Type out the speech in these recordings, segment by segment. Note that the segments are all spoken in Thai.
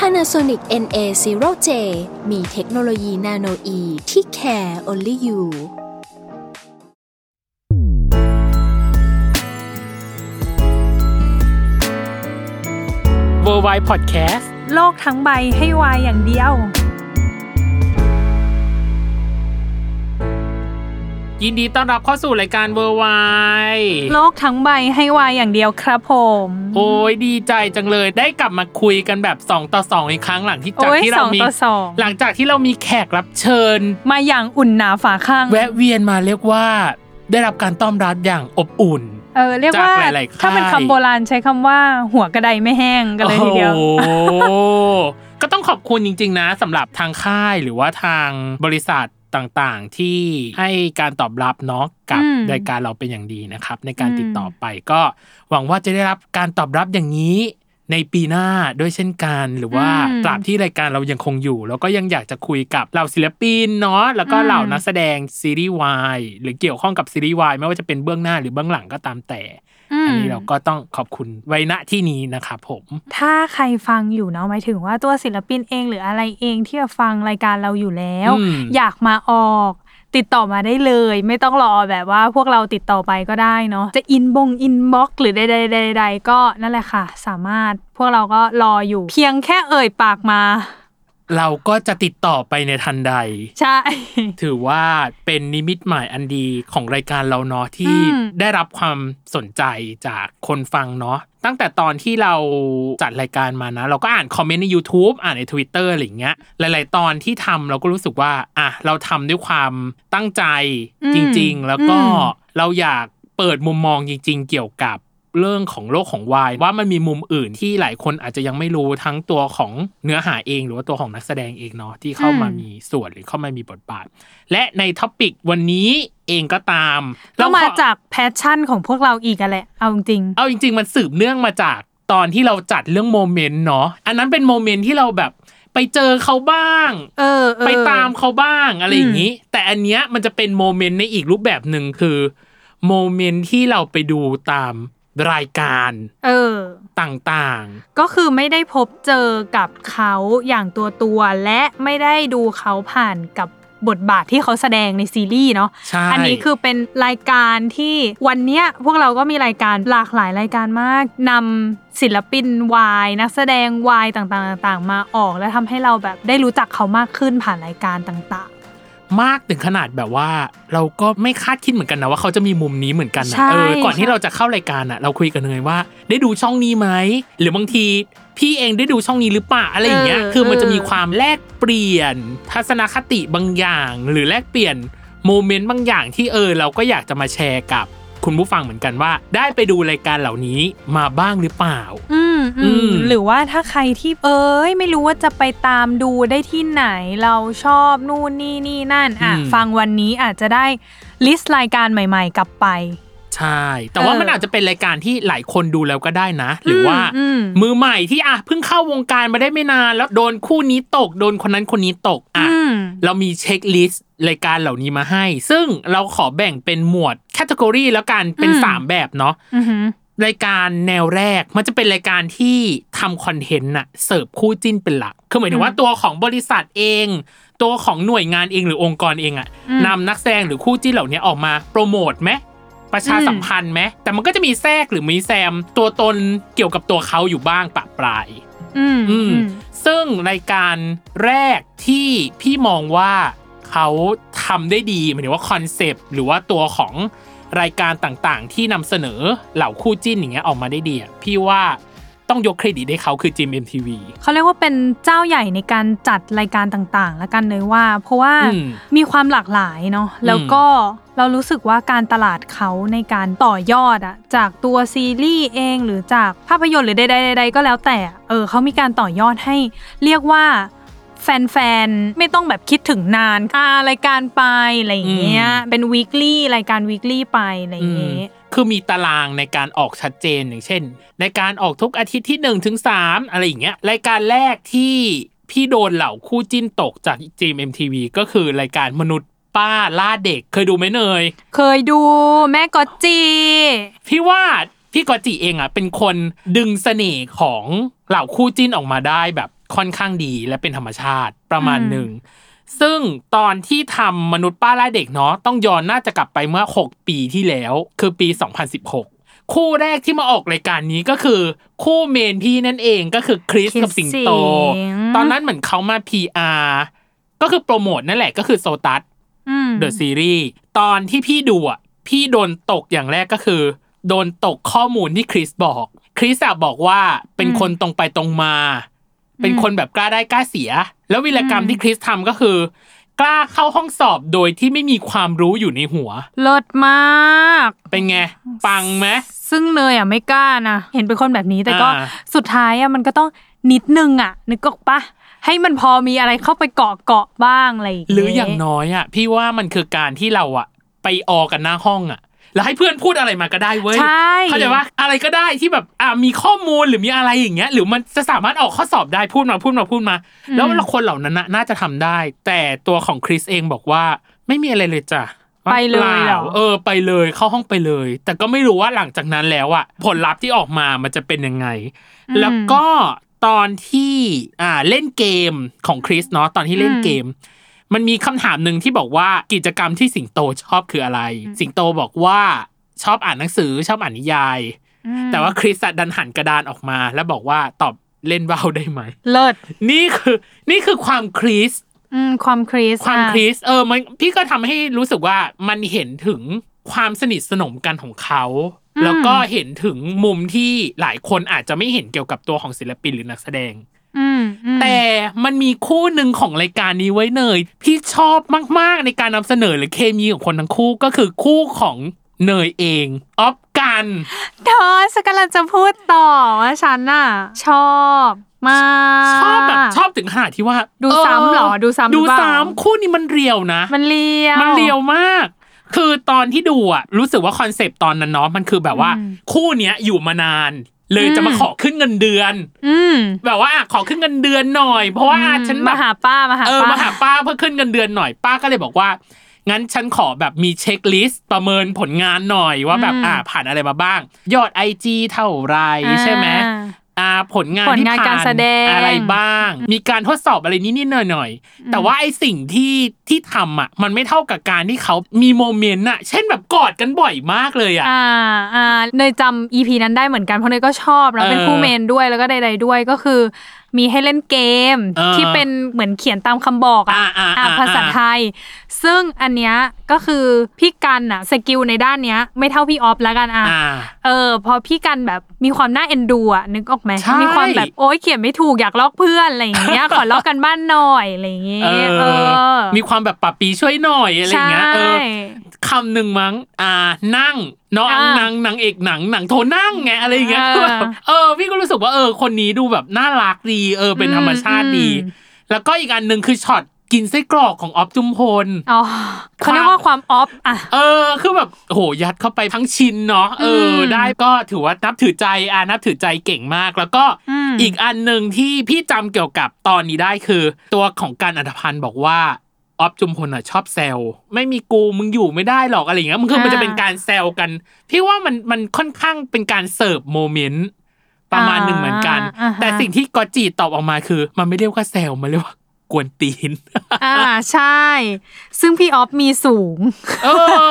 Panasonic NA0J มีเทคโนโลยีนาโนอีที่ care only you เวอร์ไวพอดแคสต์ โลกทั้งใบให้วายอย่างเดียว ยินดีต้อนรับเข้าสู่รายการเวอร์ไว โลกทั้งใบให้วายอย่างเดียวครับผม โอ้ยดีใจจังเลยได้กลับมาคุยกันแบบ 2 ต่อ 2 อีกครั้งหลังที่จาก โอ้ย ที่ ส เรา อง มี ต่อสอง หลังจากที่เรามีแขกรับเชิญ มาอย่างอุ่นหนาฝาข้าง แวะเวียนมาเรียกว่า ได้รับการต้อนรับอย่างอบอุ่น เออเรียกว่า จากหลายๆค่าย ถ้าเป็นคำโบราณใช้คำว่าหัวกระไดไม่แห้งกันเลยทีเดียว โอ้โหก็ต้องขอบคุณจริง ๆ นะสำหรับทางค่ายหรือว่าทางบริษัทต่างๆ ที่ให้การตอบรับเนาะกับ อืม รายการเราเป็นอย่างดีนะครับ ในการ อืม ติดต่อไปก็หวังว่าจะได้รับการตอบรับอย่างนี้ในปีหน้าด้วยเช่นกันหรือว่าตราบที่รายการเรายังคงอยู่ แล้วก็ยังอยากจะคุยกับเหล่าศิลปินเนาะแล้วก็เหล่านักแสดงซีรีส์วายหรือเกี่ยวข้องกับซีรีส์วายไม่ว่าจะเป็นเบื้องหน้าหรือเบื้องหลังก็ตามแต่ อืม อันนี้เราก็ต้องขอบคุณไว้ณที่นี้นะครับผม ถ้าใครฟังอยู่เนาะหมายถึงว่าตัวศิลปินเองหรืออะไรเองที่ฟังรายการเราอยู่แล้ว อืม อยากมาออก ติดต่อมาได้เลย ไม่ต้องรอแบบว่าพวกเราติดต่อไปก็ได้เนาะจะอินบงอินบ็อกหรือใดๆใดๆก็นั่นแหละค่ะ สามารถพวกเราก็รออยู่ เพียงแค่เอ่ยปากมา เราก็จะติดต่อไปในทันใด ใช่ ถือว่าเป็นนิมิตหมายอันดีของรายการเราเนาะที่ อืม ได้รับความสนใจจากคนฟังเนาะตั้งแต่ตอนที่เราจัดรายการมานะ เราก็อ่านคอมเมนต์ใน YouTube อ่านใน Twitter อะไรอย่างเงี้ยหลาย ๆ ตอนที่ทำเราก็รู้สึกว่าอ่ะเราทำด้วยความตั้งใจจริง ๆ แล้วก็เราอยากเปิดมุมมองจริง ๆ เกี่ยวกับ เรื่องของโลกของวายว่ามันมีมุมอื่นที่หลายคนอาจจะยังไม่รู้ทั้งตัวของเนื้อหาเองหรือว่าตัวของนักแสดงเองเนาะที่เข้ามา อืม มีส่วนหรือเข้ามามีบทบาท และในท็อปิกวันนี้เองก็ตาม ก็มา ขอ จากแพชชั่นของพวกเราอีกอะแหละเอาจริง เอาจริง ๆ มันสืบเนื่องมาจากตอนที่เราจัดเรื่องโมเมนต์เนาะอันนั้นเป็นโมเมนต์ที่เราแบบไปเจอเขาบ้าง เออเออ ไปตามเขาบ้างอะไรอย่างนี้ แต่อันเนี้ยมันจะเป็นโมเมนต์ในอีกรูปแบบหนึ่งคือโมเมนต์ที่เราไปดูตามรายการ เออ ต่างๆ ก็คือไม่ได้พบเจอกับเขาอย่างตัวตัวๆและไม่ได้ดูเขาผ่านกับบทบาทที่เขาแสดงในซีรีส์เนาะ ใช่ อันนี้คือเป็นรายการที่วันเนี้ยพวกเราก็มีรายการหลากหลายรายการมากนำศิลปินวายนักแสดงวายต่างๆต่างๆ มาออก และทำให้เราแบบได้รู้จักเขามากขึ้นผ่านรายการต่าง มากถึงขนาดแบบว่า เราก็ไม่คาดคิดเหมือนกันนะว่าเขาจะมีมุมนี้เหมือนกันนะ ใช่ เออก่อน ใช่ ที่เราจะเข้ารายการอะเราคุยกันเลยว่า ได้ดูช่องนี้ไหมหรือบางที พี่เองได้ดูช่องนี้หรือเปล่าอะไรอย่างเงี้ยคือมันจะมีความแลกเปลี่ยน ทัศนคติบางอย่าง หรือแลกเปลี่ยนโมเมนต์บางอย่างที่เออ เราก็อยากจะมาแชร์กับคุณผู้ฟังเหมือนกันว่า ได้ไปดูรายการเหล่านี้มาบ้างหรือเปล่า ๆ อืมอือืม มหรือว่าถ้าใครที่เอ้ยไม่รู้ว่าจะไปตามดูได้ที่ไหนเราชอบนู่นนี่นี่นั่นอ่ะฟังวันนี้อาจจะได้ลิสต์รายการใหม่ ๆ กลับไป ใช่ แต่ว่า เออ มันอาจจะเป็นรายการที่หลายคนดูแล้วก็ได้นะ หรือว่า มม มือใหม่ที่อ่ะเพิ่งเข้าวงการมาได้ไม่นาน แล้วโดนคู่นี้ตก โดนคนนั้นคนนี้ตกอ่ะ อืม เรามีเช็คลิสต์รายการเหล่านี้มาให้ ซึ่งเราขอแบ่งเป็นหมวดแคตตากรีแล้วกันเป็น อืม 3 แบบเนาะ อือหือ รายการแนวแรกมันจะเป็นรายการที่ทำคอนเทนต์น่ะเสิร์ฟคู่จิ้นเป็นหลัก คือหมายถึงว่าตัวของบริษัทเอง ตัวของหน่วยงานเองหรือองค์กรเองอะ อืม นำนักแสดงหรือคู่จิ้นเหล่านี้ออกมาโปรโมทไหม ประชาสัมพันธ์ไหมแต่มันก็จะมีแทรกหรือมีแซมตัวตนเกี่ยวกับตัวเขาอยู่บ้างปะปลาย อืม อืม อืม ซึ่งรายการแรกที่พี่มองว่าเขาทำได้ดีหมายถึงว่าคอนเซปต์หรือว่าตัวของรายการต่างๆ ที่นำเสนอเหล่าคู่จิ้นอย่างเงี้ยออกมาได้ดีอะพี่ว่าต้องยกเครดิตให้เขาคือจิม MTV เขาเรียกว่าเป็นเจ้าใหญ่ในการจัดรายการต่างๆ แล้วกันเลยว่า เพราะว่า อืม มีความหลากหลายเนาะแล้วก็เรารู้สึกว่าการตลาดเขาในการต่อยอดอะจากตัวซีรีส์เองหรือจากภาพยนตร์หรือใดๆๆๆก็แล้วแต่อะเออเขามีการต่อยอดให้เรียกว่า แฟนๆ ไม่ต้องแบบคิดถึงนานอ่ารายการไปอะไรอย่างเงี้ย อืม เป็น weekly รายการ weekly ไปอะไรอ อื ย่าง ม เงี้ย คือมีตารางในการออกชัดเจนอย่างเช่น ในการออกทุกอาทิตย์ที่1นถึงสอะไรอย่างเงี้ยรายการแรกที่พี่โดนเหล่าคู่จิ้นตกจาก GMMTV ก็คือรายการมนุษย์ป้าล่าเด็กเคยดูไหมเนย เคยดูแม่กอตจี พี่ว่าพี่กอตจิเองอ่ะเป็นคนดึงเสน่ห์ของเหล่าคู่จิ้นออกมาได้แบบค่อนข้างดีและเป็นธรรมชาติประมาณ อืม หนึ่ง ซึ่งตอนที่ทำมนุษย์ป้าล่าเด็กเนาะต้องย้อนน่าจะกลับไปเมื่อ 6 ปีที่แล้ว คือปี 2016 คู่แรกที่มาออกรายการนี้ก็คือ คู่เมนพี่นั่นเองก็คือคริสกับสิงโต ตอนนั้นเหมือนเขามา PR ก็คือโปรโมทนั่นแหละก็คือโซตัส อืม เดอะซีรีส์ตอนที่พี่ดูอ่ะ พี่โดนตกอย่างแรกก็คือ โดนตกข้อมูลที่คริสบอก คริสอะบอกว่าเป็น อืม คนตรงไปตรงมา เป็นคนแบบกล้าได้กล้าเสีย แล้ววิรกรรม อืม ที่คริสทำก็คือ กล้าเข้าห้องสอบโดยที่ไม่มีความรู้อยู่ในหัว เลิศมาก เป็นไง ปังไหม ซึ่งเนยอ่ะไม่กล้านะ เห็นเป็นคนแบบนี้แต่ก็ อ่า สุดท้ายอ่ะมันก็ต้องนิดนึงอ่ะ นึกออกปะให้มันพอมีอะไรเข้าไปเกาะเกาะๆบ้างอะไรอย่างเงี้ย หรืออย่างน้อยอ่ะ พี่ว่ามันคือการที่เราอ่ะ ไปออกันหน้าห้องอ่ะ แล้วให้เพื่อนพูดอะไรมาก็ได้เว้ย ใช่ เข้าใจว่าอะไรก็ได้ที่แบบอ่ามีข้อมูลหรือมีอะไรอย่างเงี้ย หรือมันจะสามารถออกข้อสอบได้พูดมาพูดมาพูดมา แล้วคนเหล่านั้นน่ะน่าจะทำได้ แต่ตัวของคริสเองบอกว่าไม่มีอะไรเลยจ้ะ ไปเลย ปา เหรอ เออ ไปเลยเข้าห้องไปเลย แต่ก็ไม่รู้ว่าหลังจากนั้นแล้วอ่ะผลลัพธ์ที่ออกมามันจะเป็นยังไง แล้วก็ตอนที่อ่าเล่นเกมของคริสเนาะตอนที่เล่นเกม มันมีคำถามหนึ่งที่บอกว่ากิจกรรมที่สิงโตชอบคืออะไร สิงโตบอกว่าชอบอ่านหนังสือชอบอ่านนิยาย อืม แต่ว่าคริสอะดันหันกระดานออกมา แล้วบอกว่าตอบเล่นว่าวได้ไหม เลิศ นี่คือนี่คือความคริส อืมความคริส ความ อะ คริสเออมันพี่ก็ทำให้รู้สึกว่ามันเห็นถึงความสนิทสนมกันของเขา แล้วก็เห็นถึงมุมที่หลายคนอาจจะไม่เห็นเกี่ยวกับตัวของศิลปินหรือนักแสดง อืมอืม แต่มันมีคู่หนึ่งของรายการนี้ไว้เนยพี่ชอบมาก ๆ ในการนำเสนอหรือเคมีของคนทั้งคู่ก็คือคู่ของเนยเองออฟกัน เธอสกัลันจะพูดต่อว่าฉันน่ะ ชอบมาก ชอบแบบชอบถึงขนาดที่ว่า ดูซ้ำเหรอดูซ้ำหรือ ดู เปล่า ซ้ำคู่นี้มันเรียวนะ มันเลียว มันเรียวมาก คือตอนที่ดูอ่ะ รู้สึกว่าคอนเซปต์ตอนนั้นเนาะมันคือแบบว่า อืม คู่เนี้ยอยู่มานาน เลย อืม จะมาขอขึ้นเงินเดือน อืม แบบว่าอ่ะขอขึ้นเงินเดือนหน่อย เพราะว่าอ่ะฉันแบ มา บ หาป้ามาหา เออ ป้า มาหาป้าเพื่อขึ้นเงินเดือนหน่อยป้าก็เลยบอกว่า งั้นฉันขอแบบมีเช็คลิสต์ประเมินผลงานหน่อยว่าแบบ อืม อ่ะผ่านอะไรมาบ้าง ยอด IG เท่าไหรใช่ไหม อ่า อ่าผลงาน ผลงาน ที่ผ่ การแสดง อะไรบ้าง มีการทดสอบอะไรนิดๆหน่อยๆ แต่ว่าไอสิ่งที่ที่ทำอ่ะ มันไม่เท่ากับการที่เขามีโมเมนต์อ่ะ เช่นแบบกอดกันบ่อยมากเลยอ่ะ อ่าอ่าเนยจำอีพีนั้นได้เหมือนกันเพราะเนยก็ชอบแล้ว เออ เป็นคู่เมนด้วยแล้วก็ใดๆด้วยก็คือ มีให้เล่นเกม เออ ที่เป็นเหมือนเขียนตามคำบอก อ่าอ่าอ่า อ่าภาษาไทย ซึ่งอันเนี้ยก็คือพี่กันอะสกิลในด้านเนี้ย ไม่เท่าพี่ออฟแล้วกันอะ า เออเพอพี่กันแบบมีความน่าเอ็นดูอะนึกออกไหม ใช่ มีความแบบโอ๊ยเขียนไม่ถูกอยากลอกเพื่อนอะไรอย่างเงี้ย ขอลอกกันบ้านหน่อยอะไรอย่างเงี้ย เออ เออ มีความแบบปรับปีช่วยหน่อยอะไรอย่างเงี้ย เอ ใช่ อคำหนึ่งมั้ง อ่า นั่งน้อง อ่าน างนางเอกหนังหนังโทนั่งไงอะไรอย่างเงี้ย เออ คือแบบเออ พี่ก็รู้สึกว่าเออ คนนี้ดูแบบน่ารักดี เออ เป็นธรรมชาติดี อืม แล้วก็อีกอันหนึ่งคือช็อตกินไส้กรอกของออฟจุมพล อ๋อเขาเรียกว่าความออฟอะ เออ คือแบบโหยัดเข้าไปทั้งชิ้นเนาะเอออ ม ได้ก็ถือว่านับถือใจอ่ะนับถือใจเก่งมาก แล้วก็ อืม อีกอันหนึ่งที่พี่จำเกี่ยวกับตอนนี้ได้คือ ตัวของการอัธพันธ์บอกว่าออฟจุมพลอ่ะชอบแซวไม่มีกูมึงอยู่ไม่ได้หรอกอะไรอย่างเงี้ยมันคือมันจะเป็นการแซวกัน พี่ว่ามันมันค่อนข้างเป็นการเสิร์ฟโมเมนต์ประมาณหนึ่งเหมือนกัน อ่าอ่าฮะ แต่สิ่งที่กอตจีตอบออกมาคือ มันไม่เรียกว่าแซวมันเรียกว่ากวนตีน อ่าใช่ ซึ่งพี่ออฟมีสูง เออ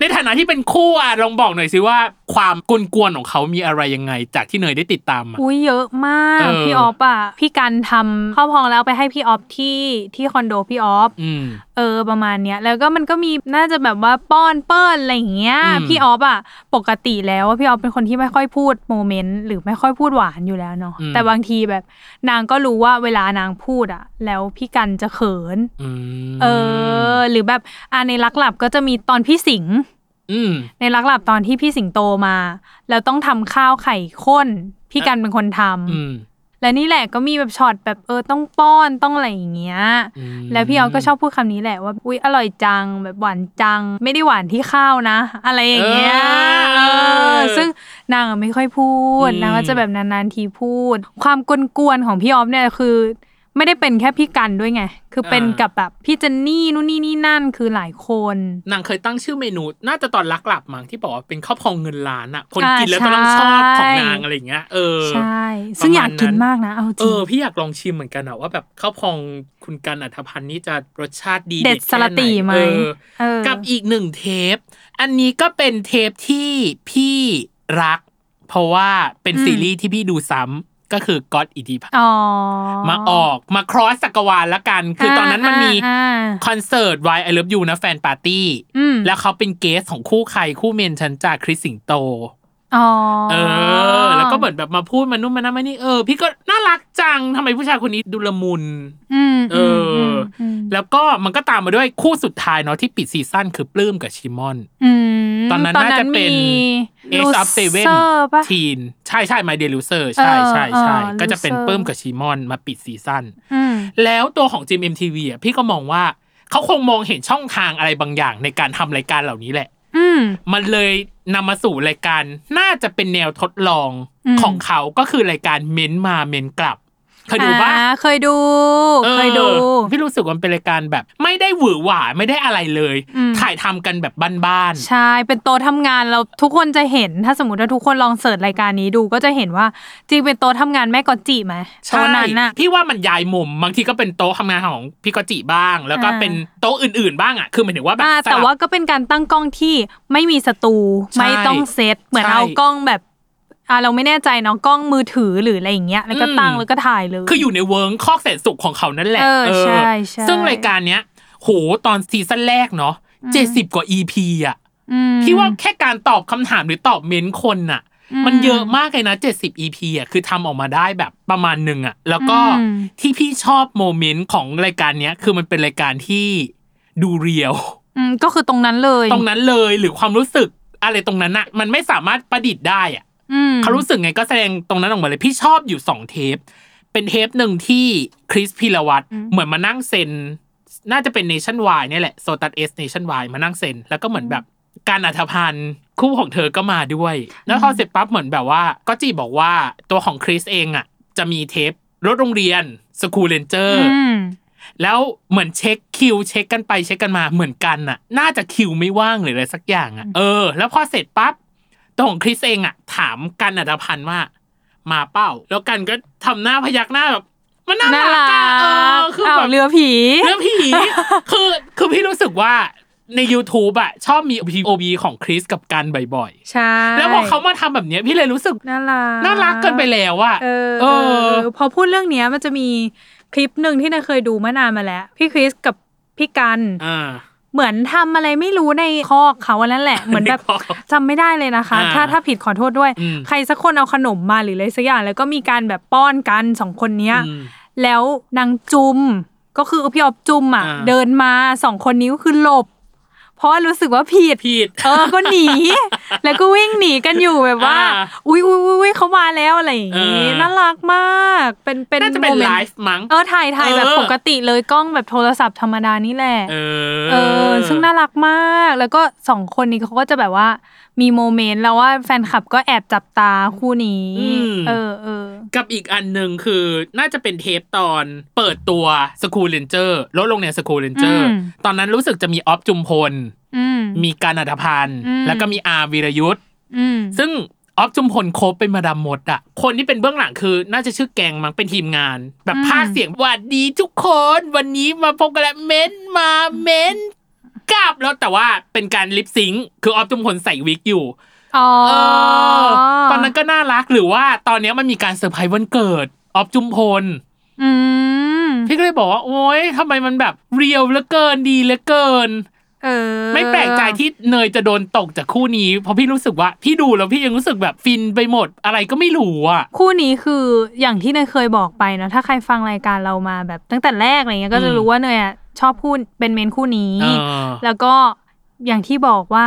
ในฐานะที่เป็นคู่อ่ะลองบอกหน่อยสิว่าความกุนกวนๆของเขามีอะไรยังไง จากที่เนยได้ติดตามอ่ะ อุ้ยเยอะมาก เออ พี่ออฟอ่ะ พี่กันทำข้าวพองแล้วไปให้พี่ออฟที่ที่คอนโดพี่ออฟ อืม เออประมาณเนี้ย แล้วก็มันก็มีน่าจะแบบว่าป้อนเปิ้ลอะไรอย่างเงี้ย อืม พี่ออฟอ่ะ ปกติแล้วพี่ออฟเป็นคนที่ไม่ค่อยพูดโมเมนต์หรือไม่ค่อยพูดหวานอยู่แล้วเนาะ แต่บางทีแบบ นางก็รู้ว่าเวลานางพูดอ่ะ แล้วพี่กันจะเขิน อืม เออ หรือแบบอ่าในรักหลับก็จะมีตอนพี่สิงห์ อืม ในรักหลับตอนที่พี่สิงโตมา แล้วต้องทำข้าวไข่ข้น พี่กันเป็นคนทำ อืม และนี่แหละก็มีแบบช็อตแบบเออต้องป้อนต้องอะไรอย่างเงี้ย อืม แล้วพี่ออฟก็ชอบพูดคำนี้แหละว่าอุ๊ยอร่อยจังแบบหวานจัง ไม่ได้หวานที่ข้าวนะ อะไรอย่างเงี้ยเออซึ่งนางอะไม่ค่อยพูดนางก็จะแบบนานๆทีพูด ความกวนๆของพี่ออฟเนี่ยคือ ไม่ได้เป็นแค่พี่กันด้วยไง คือเป็นกับแบบพี่เจนนี่นู่นนี่นี่นั่นคือหลายคน นางเคยตั้งชื่อเมนู น่าจะตอนรักหลับมั้งที่บอกว่าเป็นข้าวพองเงินล้านอะคน อ่า กินแล้วก็ต้องชอบของ ใช่ นางอะไรอย่างเงี้ยเออ ใช่ ซึ่งอยากกินมากนะเอาจ เอ ริง อพี่อยากลองชิมเหมือนกันอะว่าแบบข้าวพองคุณกันอัธพันธ์นี่จะรสชาติดี เด็ดสลัดตีไหม แค่นเออ เออ กับอีกหนึ่งเทป อันนี้ก็เป็นเทปที่พี่รัก เพราะว่าเป็นซีรีส์ที่พี่ดูซ้ำก็คือก๊อตอิทธิพันธ์ อ๋อ มาออกมาครอสจักรวาลละกัน คือตอนนั้นมันมี อ่า คอนเสิร์ต Why I Love You นะแฟนปาร์ตี้ อืม แล้วเขาเป็นเกสของคู่ใครคู่เมนชันจากคริสสิงโต อ๋อ เออ แล้วก็เหมือนแบบมาพูดมานุ่มมานั่นมานี่เออพี่ก็น่ารักจังทำไมผู้ชายคนนี้ดูละมุน อืม เอออื มอืม แล้วก็มันก็ตามมาด้วยคู่สุดท้ายเนาะที่ปิดซีซั่นคือปลื้มกับชิมอน อืม ตอนนั้นน่าจะเป็น เอ ลู ซอฟเซเว่น ซอร์ปะ ทีน ใช่ใช่ไมเดลูเซอร์ ใช่ใช่ใช่ เออเออ ก็จะเป็น Loser ปลื้มกับชิมอนมาปิดซีซั่น อืม แล้วตัวของ GMMTV อ่ะพี่ก็มองว่าเขาคงมองเห็นช่องทางอะไรบางอย่างในการทำรายการเหล่านี้แหละ อืม มันเลยนำมาสู่รายการน่าจะเป็นแนวทดลอง อืม ของเขาก็คือรายการเม้นมาเม้นกลับเคยดูปะ อ่าเคยดู ออ เคยดู พี่รู้สึกว่ามันเป็นรายการแบบ ไม่ได้หวือหวาไม่ได้อะไรเลย อืม ถ่ายทำกันแบบบ้าน ใช่ เป็นโต๊ะทำงานเราทุกคนจะเห็น ถ้าสมมติว่าทุกคนลองเสิร์ชรายการนี้ดูก็จะเห็นว่า จริงเป็นโต๊ะทำงานแม่กอตจิไหม ๆ โต๊ะนั้นน่ะ พี่ว่ามันย้ายมุมบางทีก็เป็นโต๊ะทำงานของพี่กอจิบ้าง แล้วก็ อ่า เป็นโต๊ะอื่นๆบ้างอ่ะคือหมายถึงว่าแบบ อ่า สลับ แต่ว่าก็เป็นการตั้งกล้องที่ไม่มีสตู ใช่ ไม่ต้องเซตเหมือน ใช่ เอากล้องแบบอ่าเราไม่แน่ใจเนาะกล้องมือถือหรืออะไรอย่างเงี้ยแล้วก็ อืม ตั้งแล้วก็ถ่ายเลย คืออยู่ในเวิร์งคอกแสนสุขของเขานั่นแหละ เออใช่ใช่ ซึ่งรายการเนี้ยโหตอนซีซั่นแรกเนาะเจ็ดสิบกว่า EP อ่ะ ม พี่ว่าแค่การตอบคำถามหรือตอบเม้นต์คนน่ะ อืม มันเยอะมากเลยนะ 70 EP อ่ะ คือทำออกมาได้แบบประมาณหนึ่งอ่ะ แล้วก็ อืม ที่พี่ชอบโมเมนต์ของรายการเนี้ย คือมันเป็นรายการที่ดูเรียว อืมก็คือตรงนั้นเลย ตรงนั้นเลยหรือความรู้สึกอะไรตรงนั้นอ่ะ มันไม่สามารถประดิษฐ์ได้อ่ะ อืม เขารู้สึกไงก็แสดงตรงนั้นออกมาเลย พี่ชอบอยู่สองเทป เป็นเทปหนึ่งที่คริสพิรวัตร อืม เหมือนมานั่งเซ็น น่าจะเป็นเนชั่นวายเนี่ยแหละโซตัสเอสเนชั่นวายมานั่งเซ็น แล้วก็เหมือนแบบการอัธพันธ์คู่ของเธอก็มาด้วย แล้วพอเสร็จปั๊บเหมือนแบบว่าก็จีบอกว่าตัวของคริสเองอ่ะ จะมีเทปรถโรงเรียนสคูลเลนเจอร์ ม แล้วเหมือนเช็คคิวเช็คกันไปเช็คกันมาเหมือนกันน่ะ น่าจะคิวไม่ว่างหรืออะไรสักอย่างอ่ะเออ แล้วพอเสร็จปั๊บตัวของคริสเองอ่ะ ถามกันอัธพันธ์ว่า มาเป้า แล้วกันก็ทำหน้าพยักหน้าแบบ มันน่า น่า รั รั ก ก อะเออคือ าว แบบ เรือผี เรื่องผี คือ คือพี่รู้สึกว่าใน YouTube อะชอบมี POV ของคริสกับกันบ่อย ใช่ ๆ แล้วพอเขามาทำแบบเนี้ยพี่เลยรู้สึก น่ารัก น่ารักเกินไปแล้วอะ เออ เอ เออ อ เออ พอพูดเรื่องเนี้ยมันจะมีคลิปหนึ่งที่นายเคยดูเมื่อนานมาแล้ว พี่คริสกับพี่กัน อ่า เหมือนทำอะไรไม่รู้ในคอกเขาอันนั้นแหละ เหมือนแบบ ในคอก จำไม่ได้เลยนะคะ อ่า ถ้าถ้าผิดขอโทษด้วย อืม ใครสักคนเอาขนมมาหรืออะไรสักอย่างแล้วก็มีการแบบป้อนกันสองคนเนี้ย อืม แล้วนางจุมก็คือพี่ออบจุมอ่ะ อ่า เดินมาสองคนนี้ก็คือหลบ เพราะว่ารู้สึกว่าผิด ผิด เออ ก็หนี แล้วก็วิ่งหนีกันอยู่แบบว่า อ่า อุ๊ยอุ๊ยอุ๊ยอุ๊ยเขามาแล้วอะไรอย่างงี้ เออ น่ารักมาก เป็น เป็น น่าจะเป็น โมม ไล นต์ ฟ์มั้ง เออ ถ่ายถ่าย เออ แบบปกติเลยกล้องแบบโทรศัพท์ธรรมดานี่แหละ เออ เออ ซึ่งน่ารักมาก แล้วก็สองคนนี้เขาก็จะแบบว่า มีโมเมนต์แล้วว่าแฟนคลับก็แอบจับตาคู่นี้ อืม เออเออ กับอีกอันหนึ่งคือน่าจะเป็นเทปตอนเปิดตัวสคูลเลนเจอร์ลดลงเนี่ยสคูลเลนเจอร์ อืม ตอนนั้นรู้สึกจะมีออฟจุมพล อืม มีการอัธพันธ์ อืม แล้วก็มีอาร์วีรยุทธ อืม ซึ่งออฟจุมพลโคบเป็นมาดามมดอะคนที่เป็นเบื้องหลังคือ น่าจะชื่อแกงมั้งเป็นทีมงาน แบบ อืม ภาคเสียงหวัดดีทุกคน วันนี้มาพบกันแล้วเม้นมาเม้นกลับแล้วแต่ว่าเป็นการลิปซิงค์คือออฟจุมพลใส่วิกอยู่ อ๋อ เออตอนนั้นก็น่ารักหรือว่าตอนเนี้ยมันมีการเซอร์ไพรส์วันเกิดออฟจุมพล อืม พี่ก็เลยบอกว่าโอ๊ยทำไมมันแบบเรียวเหลือเกินดีเหลือเกิน เออ ไม่แปลกใจที่เนยจะโดนตกจากคู่นี้ เพราะพี่รู้สึกว่าพี่ดูแล้วพี่ยังรู้สึกแบบฟินไปหมดอะไรก็ไม่รู้อ่ะ คู่นี้คืออย่างที่เนยเคยบอกไปเนอะถ้าใครฟังรายการเรามาแบบตั้งแต่แรกอะไรเงี้ยก็จะ อืม รู้ว่าเนยอะชอบพูดเป็นเมนคู่นี้ เออ แล้วก็อย่างที่บอกว่า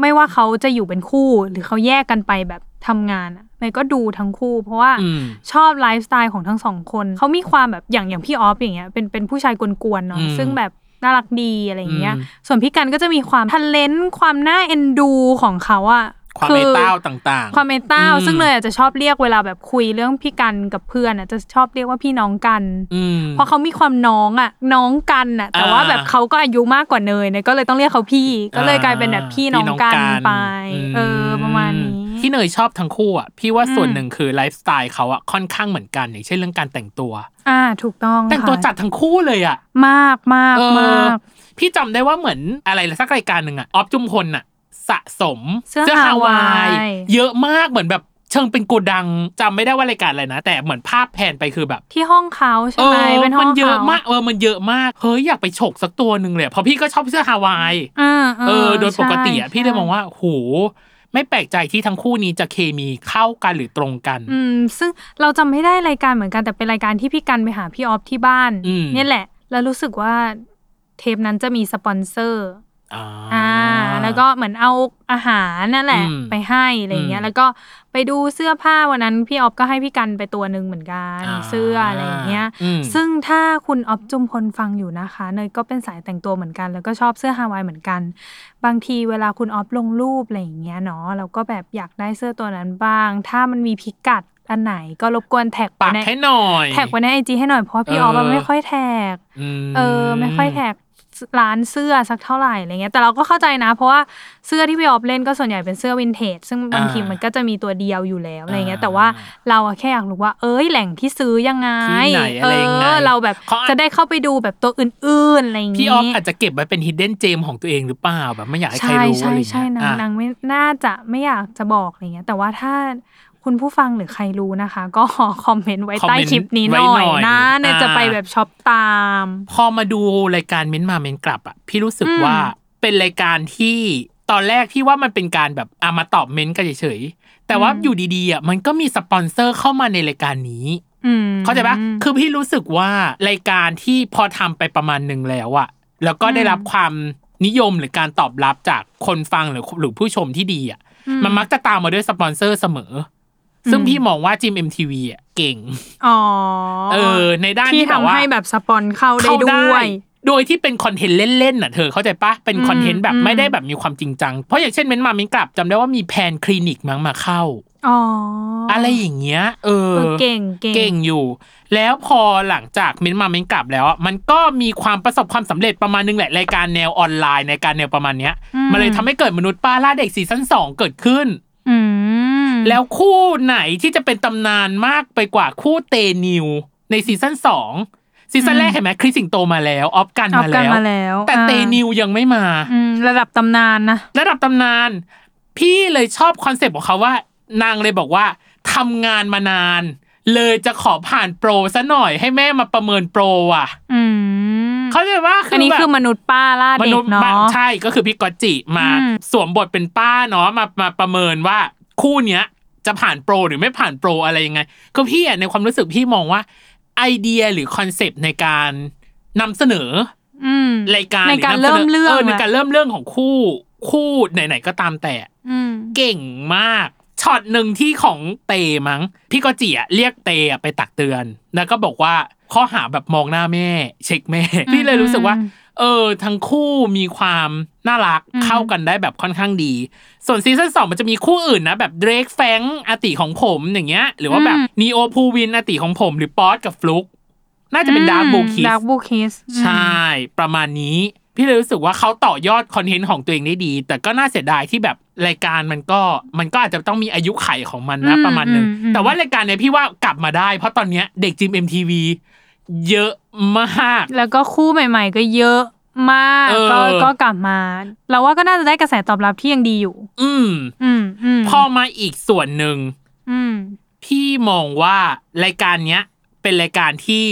ไม่ว่าเขาจะอยู่เป็นคู่หรือเขาแยกกันไปแบบทำงานอะ เนยก็ดูทั้งคู่เพราะว่า อืม ชอบไลฟ์สไตล์ของทั้งสองคน เขามีความแบบอย่างอย่างพี่ออฟอย่างเงี้ยเป็นเป็นผู้ชายกวนอืๆเนาะ ม ซึ่งแบบน่ารักดีอะไรอย่างเงี้ย อืม ส่วนพี่กันก็จะมีความทันเลนความน่าเอ็นดูของเขาอะ ความ อ เมตาต่างๆ ความเมตา อืม ซึ่งเนยอาจจะชอบเรียกเวลาแบบคุยเรื่องพี่กันกับเพื่อนอะจะชอบเรียกว่าพี่น้องกัน อืม เพราะเขามีความน้องอะน้องกันอะแต่ว่า อ่า แบบเขาก็อายุมากกว่าเนยเนยก็เลยต้องเรียกเขาพี่ ก็เลยกลายเป็นแบบพี่น้องกันไป ม เออประมาณนี้ ที่เนยชอบทั้งคู่อ่ะพี่ว่า อืม ส่วนหนึ่งคือไลฟ์สไตล์เขาอ่ะค่อนข้างเหมือนกัน อย่างเช่นเรื่องการแต่งตัว อ่าถูกต้อง แต่งตัว ค่ะ จัดทั้งคู่เลยอ่ะ มากมาก เออ มาก พี่จำได้ว่าเหมือนอะไรสักรายการหนึ่งอ่ะออฟจุมพลอ่ะ สะสม เสื้อฮาวาย เยอะมากเหมือนแบบเชิงเป็นโกดังจำไม่ได้ว่ารายการอะไรนะ แต่เหมือนภาพแผนไปคือแบบ ที่ห้องเขาใช่ไหม ออ เป็นห้อง มั เขา เยอะมากเออมันเยอะมากเฮ้ยอยากไปฉกสักตัวหนึ่งเลยอะเพราะพี่ก็ชอบเสื้อฮาวาย อ่า เออ โดยปกติอ่ะ ใช่ พี่เลยมองว่าโหไม่แปลกใจที่ทั้งคู่นี้จะเคมีเข้ากันหรือตรงกัน อืม ซึ่งเราจำไม่ได้รายการเหมือนกันแต่เป็นรายการที่พี่กันไปหาพี่ออฟที่บ้าน อืม เนี่ยแหละ แล้วรู้สึกว่าเทปนั้นจะมีสปอนเซอร์ อ่า อ่า แล้วก็เหมือนเอาอาหารนั่นแหละ อืม ไปให้อะไรอย่างเงี้ อื ย ม แล้วก็ไปดูเสื้อผ้าวันนั้นพี่ออฟก็ให้พี่กันไปตัวหนึ่งเหมือนกัน อ่า เสื้ออะไรอย่างเงี้ย อืม ซึ่งถ้าคุณออฟจุมพลฟังอยู่นะคะเนยก็เป็นสายแต่งตัวเหมือนกัน แล้วก็ชอบเสื้อฮาวายเหมือนกัน บางทีเวลาคุณออฟลงรูปอะไรอย่างเงี้ยเนาะเราก็แบบอยากได้เสื้อตัวนั้นบ้าง ถ้ามันมีพิกัดอันไหนก็รบกวนแท็ก ปาก ไว้ใน ให้หน่อย แท็กไว้ในไอจีให้หน่อยเพราะว่าพี่ เอ อ อ อฟมันไม่ค่อยแท็ก ม เออไม่ค่อยแท็กร้านเสื้อสักเท่าไหร่อะไรเงี้ยแต่เราก็เข้าใจนะ เพราะว่าเสื้อที่พี่ออฟเล่นก็ส่วนใหญ่เป็นเสื้อวินเทจซึ่งบางที อ่ามั มันก็จะมีตัวเดียวอยู่แล้วอะไรเงี้ย อ่า แต่ว่าเราอะแค่อยากรู้ว่าเอ้ยแหล่งที่ซื้อยังไง ที่ไหนอะ เอ ไรยังไง อเราแบบ เขาอาจ จะได้เข้าไปดูแบบตัวอื่นๆอะไรอย่าง พี่ งี้ ออฟอาจจะเก็บไว้เป็น hidden gem ของตัวเองหรือเปล่าแบบไม่อยากให้ใคร ใช่ รู้อะ ใช่ ไรอย่าง ใช่ เงี้ย นะ อ่ะ นางไม่น่าจะไม่อยากจะบอกอะไรเงี้ยแต่ว่าถ้าคุณผู้ฟังหรือใครรู้นะคะ ก็ คอมเมนต์ไว้ใต้ คอมเมนต์ คลิปนี้ห ไว้ น่ ห อ น่ ย อย นะเนยจะ อ่า ไปแบบช็อปตาม พอมาดูรายการเม้นมาเม้นกลับอ่ะพี่รู้สึก อืม ว่าเป็นรายการที่ตอนแรกพี่ว่ามันเป็นการแบบอามาตอบเม้นกันเฉยๆแต่ว่าอยู่ดีๆอ่ะมันก็มีสปอนเซอร์เข้ามาในรายการนี้ อืม เข้าใจปะคือพี่รู้สึกว่ารายการที่พอทำไปประมาณหนึ่งแล้วอะแล้วก็ได้รับ อืม ความนิยมหรือการตอบรับจากคนฟังหรือหรือผู้ชมที่ดีอะมันมักจะตามมาด้วยสปอนเซอร์เสมออซึ่งพี่มองว่าจิมเอ็มทีวีอะเก่ง อ๋อ เออ ในด้าน ที่ ที่แบบ ทำ ว่า ให้แบบสปอนเข้าได้ เข้า ด้ ได้วย โดยที่เป็นคอนเทนต์เล่นๆน่ะเธอเข้าใจปะเป็นคอนเทนต์แบบ อืม ไม่ได้แบบมีความจริงจัง เพราะอย่างเช่นเม้นมาเม้นกลับจำได้ว่ามีแพนคลินิกมั้งมาเข้า อ๋ออ อะไรอย่างเงี้ย เอ เอ อ อเก่งเก่ เก่งอยู่ แล้วพอหลังจากเม้นท์มาเม้นท์กลับแล้วอะมันก็มีความประสบความสำเร็จประมาณนึงแหละรายการแนวออนไลน์ในการแนวประมาณเนี้ย อื มันเลยทำให้เกิดมนุษย์ป้าล่าเด็กซีซั่นสองเกิดขึ้น อืม แล้วคู่ไหนที่จะเป็นตำนานมากไปกว่าคู่เตนิวในซีซั่นสองซีซั่นแรกเห็นไหมคริสสิงโตมาแล้วออฟกัน ออ มาก กัน แล้ว มาแล้ว แต่ อ่า เตนิวยังไม่มา อืมระดับตำนานนะ ระดับตำนาน พี่เลยชอบคอนเซปต์ของเขาว่า นางเลยบอกว่าทำงานมานาน เลยจะขอผ่านโปรซะหน่อยให้แม่มาประเมินโปรอ่ะ อืม เขาใจว่า อันนี้คือมนุษย์ป้าล่า แบบม เด็ นุษ ก ย์ เนาะ บ้ใช่ก็คือพี่กอตจิมา อืม สวมบทเป็นป้าเนาะมามาประเมินว่าคู่เนี้ย จะผ่านโปรหรือไม่ผ่านโปรอะไรยังไงก็พี่อะในความรู้สึกพี่มองว่าไอเดียหรือคอนเซปต์ในการนำเสนอ อืม รายการ ในการ ห เริ่มเรื่อง นำสนใน อะ การเริ่มเรื่องของคู่คู่ไหนๆก็ตามแต่ อืม เก่งมากช็อตหนึ่งที่ของเตมั้งพี่กอจิอะเรียกเตอะไปตักเตือน แล้วก็บอกว่าข้อหาแบบมองหน้าแม่ เช็คแม่ พี่เลยรู้สึกว่า อืม เออ ทั้งคู่มีความน่ารัก อืม เข้ากันได้แบบค่อนข้างดี ส่วนซีซั่นสองมันจะมีคู่อื่นนะ แบบเดรกแฟงอาติของผมอย่างเงี้ย หรือว่าแบบนีโอพูวินอาติของผมหรือป๊อตกับฟลุกน่าจะเป็นดาร์กบูคิส ดาร์กบูคิส ใช่ ประมาณนี้ พี่เลยรู้สึกว่าเขาต่อยอดคอนเทนต์ของตัวเองได้ดี แต่ก็น่าเสียดายที่แบบรายการมันก็มันก็อาจจะต้องมีอายุไขของมันนะประมาณหนึง แต่ว่ารายการเนี้ยพี่ว่ากลับมาได้ เพราะตอนเนี้ยเด็กจิม MTV เยอะมาก แล้วก็คู่ใหม่ ๆ ก็เยอะมาก เออ ก็ก็กลับมาเราว่าก็น่าจะได้กระแสตอบรับที่ยังดีอยู่ อืม อืมอืม พอมาอีกส่วนหนึ่ง อืม พี่มองว่ารายการเนี้ยเป็นรายการที่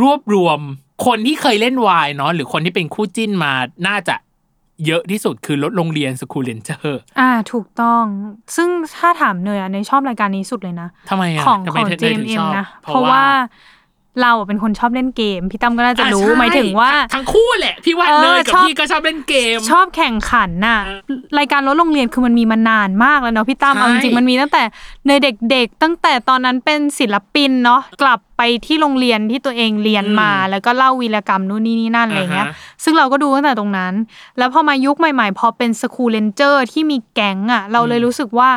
รวบรวมคนที่เคยเล่นวายเนาะหรือคนที่เป็นคู่จิ้นมาน่าจะเยอะที่สุดคือลดโรงเรียนสคูลเลนเจอร์ อ่าถูกต้อง ซึ่งถ้าถามเนยอะเนยชอบรายการนี้สุดเลยนะ ทำไมอะ ของ ทำ ข ไม อง เธอเธอถึง JMM ชอบ นะ เพราะว่า เราอะเป็นคนชอบเล่นเกม พี่ตั้มก็น่าจะรู้ อ่ะใช่ หมายถึงว่า ทั้งคู่แหละ พี่ว่า เออ เนยกับ ชอบ พี่ก็ชอบเล่นเกม ชอบแข่งขันน่ะ รายการรถโรงเรียนคือมันมีมานานมากแล้วเนาะพี่ตั้ม ใช่ เอาจริงๆมันมีตั้งแต่ในเด็กๆ ตั้งแต่ตอนนั้นเป็นศิลปินเนาะกลับไปที่โรงเรียนที่ตัวเองเรียนมา แล้วก็เล่าวีรกรรมนู่นนี่นี่นั่นอะไรเงี้ย ฮะ ซึ่งเราก็ดูตั้งแต่ตรงนั้น แล้วพอมายุคใหม่ๆ พอเป็นสคูลเลนเจอร์ที่มีแก๊งอะเราเลยรู้สึกว่า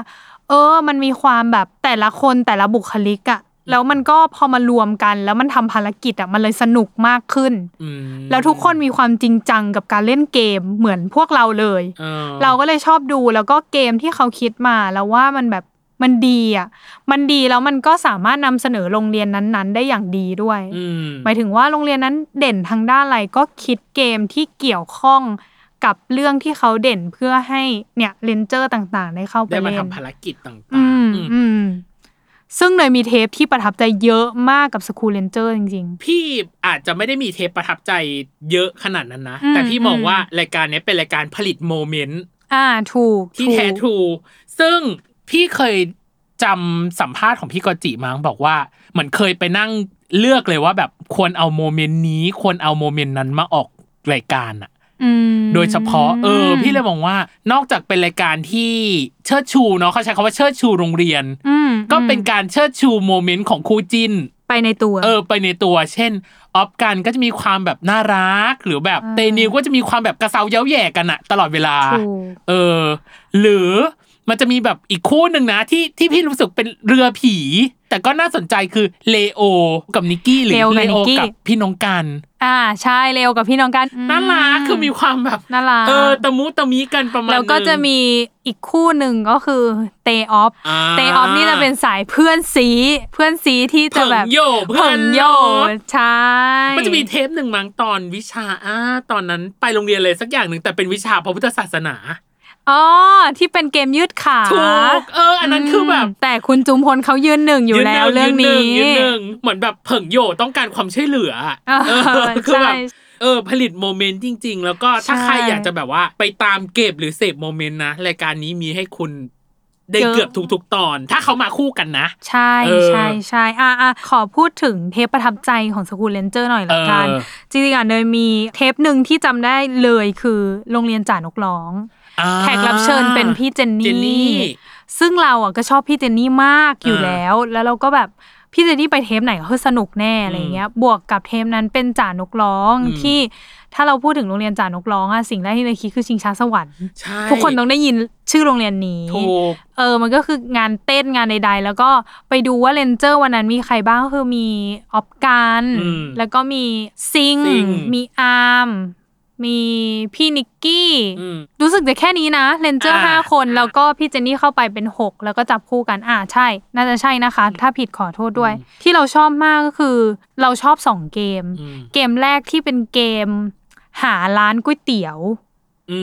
เออ มันมีความแบบแต่ละคนแต่ละบุคลิกอะแล้วมันก็พอมารวมกัน แล้วมันทำภารกิจอะมันเลยสนุกมากขึ้น อืม แล้วทุกคนมีความจริงจังกับการเล่นเกมเหมือนพวกเราเลย ออ เราก็เลยชอบดูแล้วก็เกมที่เขาคิดมาแล้วว่ามันแบบมันดีอ่ะ มันดีแล้วมันก็สามารถนำเสนอโรงเรียนนั้นๆ ได้อย่างดีด้วย อืม หมายถึงว่าโรงเรียนนั้นเด่นทางด้านอะไรก็คิดเกมที่เกี่ยวข้องกับเรื่องที่เขาเด่นเพื่อให้เนี่ยเลนเจอร์ต่างๆ ได้เข้าไป ได้มา เล่น ทำภารกิจต่างๆ อืม อืม อืมซึ่งเนยมีเทปที่ประทับใจเยอะมากกับสคูลเลนเจอร์จริง พี่อาจจะไม่ได้มีเทปประทับใจเยอะขนาดนั้นนะ อืม แต่พี่มอง อืม ว่ารายการเนี้ยเป็นรายการผลิตโมเมนต์ ๆ อ่าถูก ที่แท้ทรูซึ่งพี่เคยจำสัมภาษณ์ของพี่กอจิมั้งบอกว่าเหมือนเคยไปนั่งเลือกเลยว่าแบบควรเอาโมเมนต์นี้ ควรเอาโมเมนต์นั้นมาออกรายการอะ อืม โดยเฉพาะเออพี่เลยมองว่านอกจากเป็นรายการที่เชิดชูเนาะเขาใช้คำว่าเชิดชูโรงเรียน อืม ก็เป็นการเชิดชูโมเมนต์ของคู่จิน ไปในตัว เออไปในตัว เช่นออฟกันก็จะมีความแบบน่ารัก หรือแบบ อ่า เตนิวก็จะมีความแบบกระเซาเย้าแหย่กันอะตลอดเวลา ถูก เออ หรือมันจะมีแบบอีกคู่หนึ่งนะที่ที่พี่รู้สึกเป็นเรือผี แต่ก็น่าสนใจคือเลโอกับนิกกี้หรือเลโอกับพี่น้องกัน อ่าใช่เร็วกับพี่น้องกันอืม น่ารักคือมีความแบบ น่ารัก เออตะมุตะมีกันประมาณ แล้วก็ หนึ่ง จะมีอีกคู่หนึ่งก็คือเตออฟ า เตออฟนี่จะเป็นสายเพื่อนสีเพื่อนสีที่จะ เถิง แบบ โยเพื่ เผิ อน งโยใช่ มันจะมีเทปหนึ่งมั้งตอนวิชาอ่าตอนนั้นไปโรงเรียนเลยสักอย่างหนึ่งแต่เป็นวิชาพระพุทธศาสนา อ๋อที่เป็นเกมยืดขา ถูกเออ อันนั้นคือแบบ มแต่คุณจุมพลเขายืนหนึ่งอยู่ นห แล้ นึ่ วเรื่องนี้ ยืนหนึ่งเหมือนแบบเผิงโยต้องการความช่วยเหลืออะ อ่า เออ คือแบบ ใช่ เออผลิตโมเมนต์จริง ๆ แล้วก็ถ้า ใช่ ใครอยากจะแบบว่าไปตามเก็บหรือเสพโมเมนต์นะรายการนี้มีให้คุณได้ เยอะ เกือบทุกๆตอน ถ้าเขามาคู่กันนะ ใช่ เออ ใช่ใช่อ่ะอ่ะขอพูดถึงเทปประทับใจของสกูลเลนเจอร์หน่อย เอ ละกัน อ จริงๆอ่ะเนยมีเทปหนึ่งที่จำได้เลยคือโรงเรียนจ่านกร้อง อ่า แขกรับเชิญเป็นพี่เจน เจน นี่ นี่ ซึ่งเราอ่ะก็ชอบพี่เจนนี่มากอยู่ อ่า แล้ว แล้วเราก็แบบพี่เจนนี่ไปเทปไหนก็คือสนุกแน่อะไรเงี้ย บวกกับเทปนั้นเป็นจ่านกร้อง อืม ที่ถ้าเราพูดถึงโรงเรียนจ่านกร้องอ่ะสิ่งแรกที่เนยคิดคือชิงช้าสวรรค์ ใช่ ทุกคนต้องได้ยินชื่อโรงเรียนนี้ ถูก เออ มันก็คืองานเต้นงานใดๆ แล้วก็ไปดูว่าเลนเจอร์วันนั้นมีใครบ้างก็คือมีออฟกัน อืม แล้วก็มีซิง ซิง มีอาร์ม มีพี่นิกกี้ อืม รู้สึกจะแค่นี้นะเลนเจอร์ อ่า ห้าคน อ่า แล้วก็พี่เจนนี่เข้าไปเป็น 6 แล้วก็จับคู่กัน อ่าใช่ น่าจะใช่นะคะ ถ้าผิดขอโทษด้วย ที่เราชอบมากก็คือ เราชอบ 2 เกม อืม เกมแรกที่เป็นเกม หาร้านก๋วยเตี๋ยว อื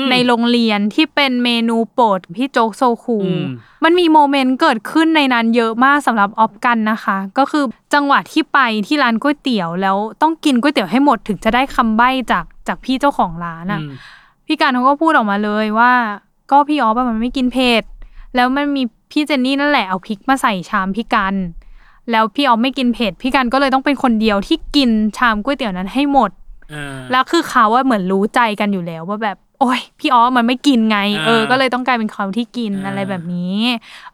ม ในโรงเรียนที่เป็นเมนูโปรดพี่โจ๊กโซคู อืม มันมีโมเมนต์เกิดขึ้นในนั้นเยอะมากสำหรับออฟกันนะคะ ก็คือจังหวะที่ไปที่ร้านก๋วยเตี๋ยวแล้วต้องกินก๋วยเตี๋ยวให้หมดถึงจะได้คำใบ้จากจากพี่เจ้าของร้านอ่ะ อืม พี่การเขาก็พูดออกมาเลยว่า ก็พี่ออฟอะมันไม่กินเผ็ดแล้วมันมีพี่เจนนี่นั่นแหละเอาพริกมาใส่ชามพี่กันแล้วพี่ออฟไม่กินเผ็ดพี่กันก็เลยต้องเป็นคนเดียวที่กินชามก๋วยเตี๋ยวนั้นให้หมด อ่า แล้วคือเขาว่าเหมือนรู้ใจกันอยู่แล้วว่าแบบโอ้ยพี่อ๋อฟมันไม่กินไง เออ อ่า ก็เลยต้องกลายเป็นเขาที่กิน อ่า อะไรแบบนี้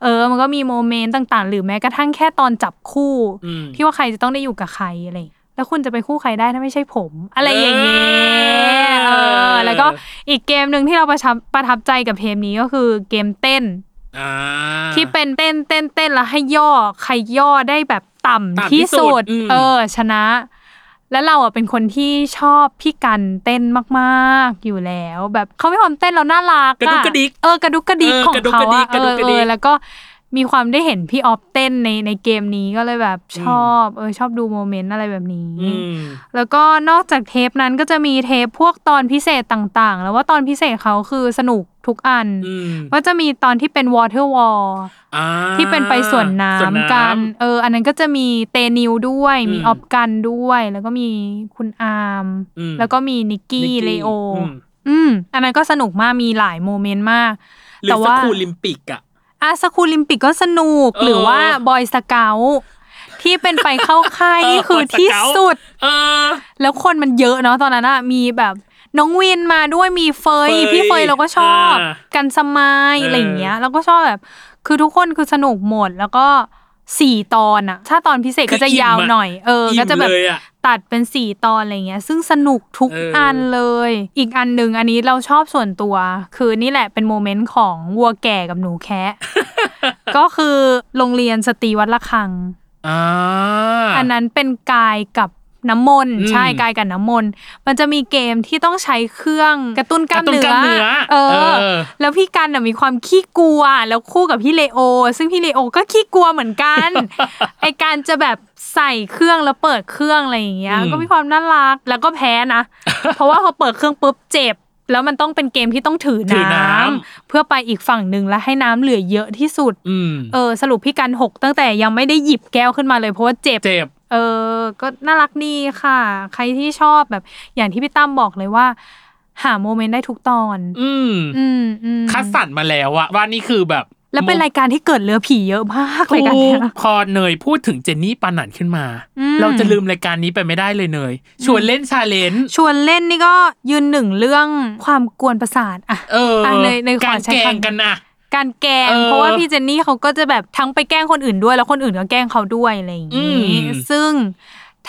เออ มันก็มีโมเมนต์ต่างๆ หรือแม้กระทั่งแค่ตอนจับคู่ อืม ที่ว่าใครจะต้องได้อยู่กับใครอะไรอย่างเงี้ยแล้วคุณจะไปคู่ใครได้ถ้าไม่ใช่ผม อะไรอย่างเงี้ย เอ เอ อ อ แล้วก็อีกเกมหนึ่งที่เราประทับประทับใจกับเทมนี้ก็คือเกมเต้น อ่า ที่เป็นเต้นเต้นเต้นแล้วให้ย่อใครย่อได้แบบต่ำ ต่ำที่ ที่ สุ สุ ด ด อืม เออ ชนะ แล้วเราอ่ะเป็นคนที่ชอบพี่กันเต้นมากๆอยู่แล้ว แบบเขาไม่ความเต้นเราน่ารัก กระ อ ดุกกระดิก เออกระดุกกระดิก เออ ของ กระดุก เขา กระดิก อะ ก เอ ระดุก อก ระ เอ ดิก อแล้วก็มีความได้เห็นพี่ออฟเต้นในในเกมนี้ก็เลยแบบชอบ เออชอบดูโมเมนต์อะไรแบบนี้ อืม แล้วก็นอกจากเทปนั้นก็จะมีเทปพวกตอนพิเศษต่างๆ แล้วว่าตอนพิเศษเขาคือสนุกทุกอัน อืม ก็จะมีตอนที่เป็น water wall อ่า ที่เป็นไปสวนน้ สว ำกัน เออ อันนั้นก็จะมีเตนิวด้วย อืม มีออฟกันด้วย แล้วก็มีคุณอาร์ม อืม แล้วก็มีนิกกี้ นิ เลโอ ม อืม อันนั้นก็สนุกมาก มีหลายโมเมนต์มาก หรือ แต่ ส ว่า กูลิมปิกอะ อาสคูลิมปิกก็สนุก เออ หรือว่าบอยสเกล ที่เป็นไปเข้าค่าย เออ นี่คืคอนสเกาต์ ที่สุด เออ แล้วคนมันเยอะเนาะตอนนั้นอะมีแบบน้องวินมาด้วยมีเฟย เฟย พี่เฟยเราก็ชอบ อ่า กันสมาย เอออ อะไรอย่างเงี้ยเราก็ชอบแบบ คือทุกคนคือสนุกหมดแล้วก็สี่ตอนอะถ้าตอนพิเศษก็จะยาวหน่อย เออ ก็จะแบบ มเลยอะ ตัดเป็นสี่ตอนอะไรเงี้ย ซึ่งสนุกทุก เอออั อันเลย อีกอันหนึ่งอันนี้เราชอบส่วนตัว คือนี่แหละเป็นโมเมนต์ของวัวแก่กับหนูแคะ ก็คือโรงเรียนสตรีวัดละคัง อ่า อันนั้นเป็นกายกับน้ำมนต์ อืม ใช่กายกับน้ำมนต์มันจะมีเกมที่ต้องใช้เครื่องกระตุ้นกล้ากมระตุ้นกล้ามเนื้อ เอ เอ อ อ แล้วพี่กันน่ะมีความขี้กลัว แล้วคู่กับพี่เลโอ ซึ่งพี่เลโอก็ขี้กลัวเหมือนกัน ไอการจะแบบใส่เครื่องแล้วเปิดเครื่องอะไรอย่างเงี้ย อืม ก็มีความน่ารักแล้วก็แพ้ นะ เพราะว่าพอเปิดเครื่องปุ๊บเจ็บ แล้วมันต้องเป็นเกมที่ต้องถือ ถือ น้ น้ำ ำเพื่อไปอีกฝั่งหนึ่งและให้น้ำเหลือเยอะที่สุด อืม เออสรุปพี่กันหกตั้งแต่ยังไม่ได้หยิบแก้วขึ้นมาเลยเพราะว่าเจ็บ เจ็บ เออ ก็น่ารักดีค่ะ ใครที่ชอบแบบอย่างที่พี่ตั้มบอกเลยว่า หาโมเมนต์ได้ทุกตอน อืม อืมอืม คัดสรรมาแล้วอะว่านี่คือแบบ แล้วเป็นรายการที่เกิดเรือผีเยอะมาก ถู รายการเนี้ย กพอเนยพูดถึงเจนนี่ปานันขึ้นมา อืม เราจะลืมรายการนี้ไปไม่ได้เลยเนย ชวนเล่นชาเลนจ์ ชวนเล่นนี่ก็ยืนหนึ่งเรื่องความกวนประสาทอะ เออ อ่ะเนยเนยขอ การ ใช้ แก คำ งกันนะ การแกล้ง เออ เพราะว่าพี่เจนนี่เขาก็จะแบบทั้งไปแกล้งคนอื่นด้วย แล้วคนอื่นก็แกล้งเขาด้วยอะไรอย่างนี้ อืม ซึ่ง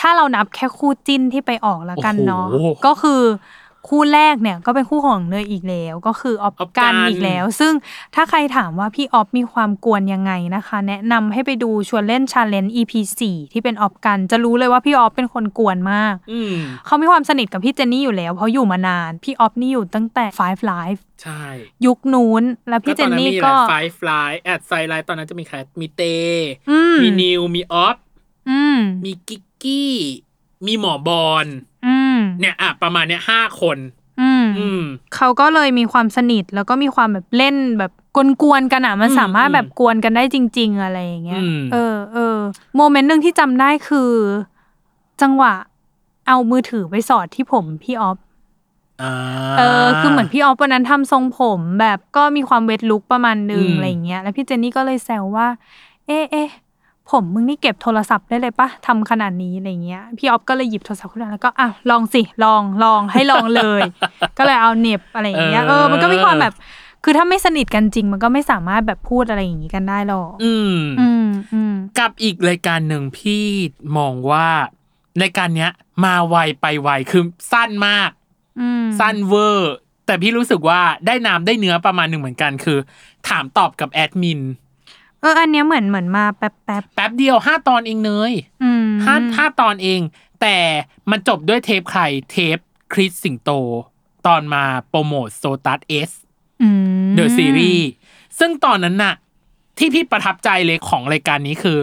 ถ้าเรานับแค่คู่จิ้นที่ไปออกแล้วกันเนาะ โอ้โห ก็คือคู่แรกเนี่ยก็เป็นคู่ของเนยอีกแล้ว ก็คือออฟ ออฟกั กัน น อีกแล้ว ซึ่งถ้าใครถามว่าพี่ออฟมีความกวนยังไงนะคะ แนะนำให้ไปดูชวนเล่นชาเลนจ์ EP 4ที่เป็นออฟกัน จะรู้เลยว่าพี่ออฟเป็นคนกวนมาก อืม เขามีความสนิทกับพี่เจนนี่อยู่แล้ว เพราะอยู่มานาน พี่ออฟนี่อยู่ตั้งแต่ Five Live ใช่ ยุคนู้น แล้วพี่เจนนี่ก็ ไฟฟลายแอดไซไลน์ตอนนั้นจะมีใครมีเต อืม มีนิว มีออฟ อืม มีกิกกี้ มีหมอบอล อืม เนี่ยอ่ะประมาณเนี้ยห้าคน อืม อืม เขาก็เลยมีความสนิทแล้วก็มีความแบบเล่นแบบกวนๆกันอ่ะ มัน อืม สามารถแบบกวนกันได้จริง ๆ อะไรอย่างเงี้ย อืม เออเออโมเมนต์หนึ่งที่จำได้คือ จังหวะเอามือถือไปสอดที่ผมพี่ออฟ อ่า เออคือเหมือนพี่ออฟวันนั้นทำทรงผมแบบก็มีความเวทลุกประมาณหนึง อืม อะไรอย่างเงี้ยแล้วพี่เจนนี่ก็เลยแซวว่า เอ๊ะเอ๊ะผมมึงนี่เก็บโทรศัพท์ได้เลยปะทำขนาดนี้อะไรเงี้ยพี่ออฟก็เลยหยิบโทรศัพท์ขึ้นมาแล้วก็อ่ะลองสิลองลองให้ลองเลย ก็เลยเอาเหน็บอะไรอย่างเงี้ยเออมันก็มีความแบบ คือถ้าไม่สนิทกันจริง มันก็ไม่สามารถแบบพูดอะไรอย่างงี้กันได้หรอก อืม อืมอืม กับอีกรายการหนึ่งพี่มองว่ารายการเนี้ย มาไวไปไวคือสั้นมาก อืม สั้นเวอร์ แต่พี่รู้สึกว่าได้น้ำได้เนื้อประมาณหนึ่งเหมือนกันคือ ถามตอบกับแอดมิน เอออันเนี้ยเหมือนเหมือนมาแป๊บแป๊บ แป๊บเดียวห้าตอนเองเนย ๆอืม ห้าห้าตอนเอง แต่มันจบด้วยเทปใครเทปคริสสิงโต ตอนมาโปรโมทโซตัสเอส อืม เดอะซีรีส์ซึ่งตอนนั้นน่ะ ที่พี่ประทับใจเลยของรายการนี้คือ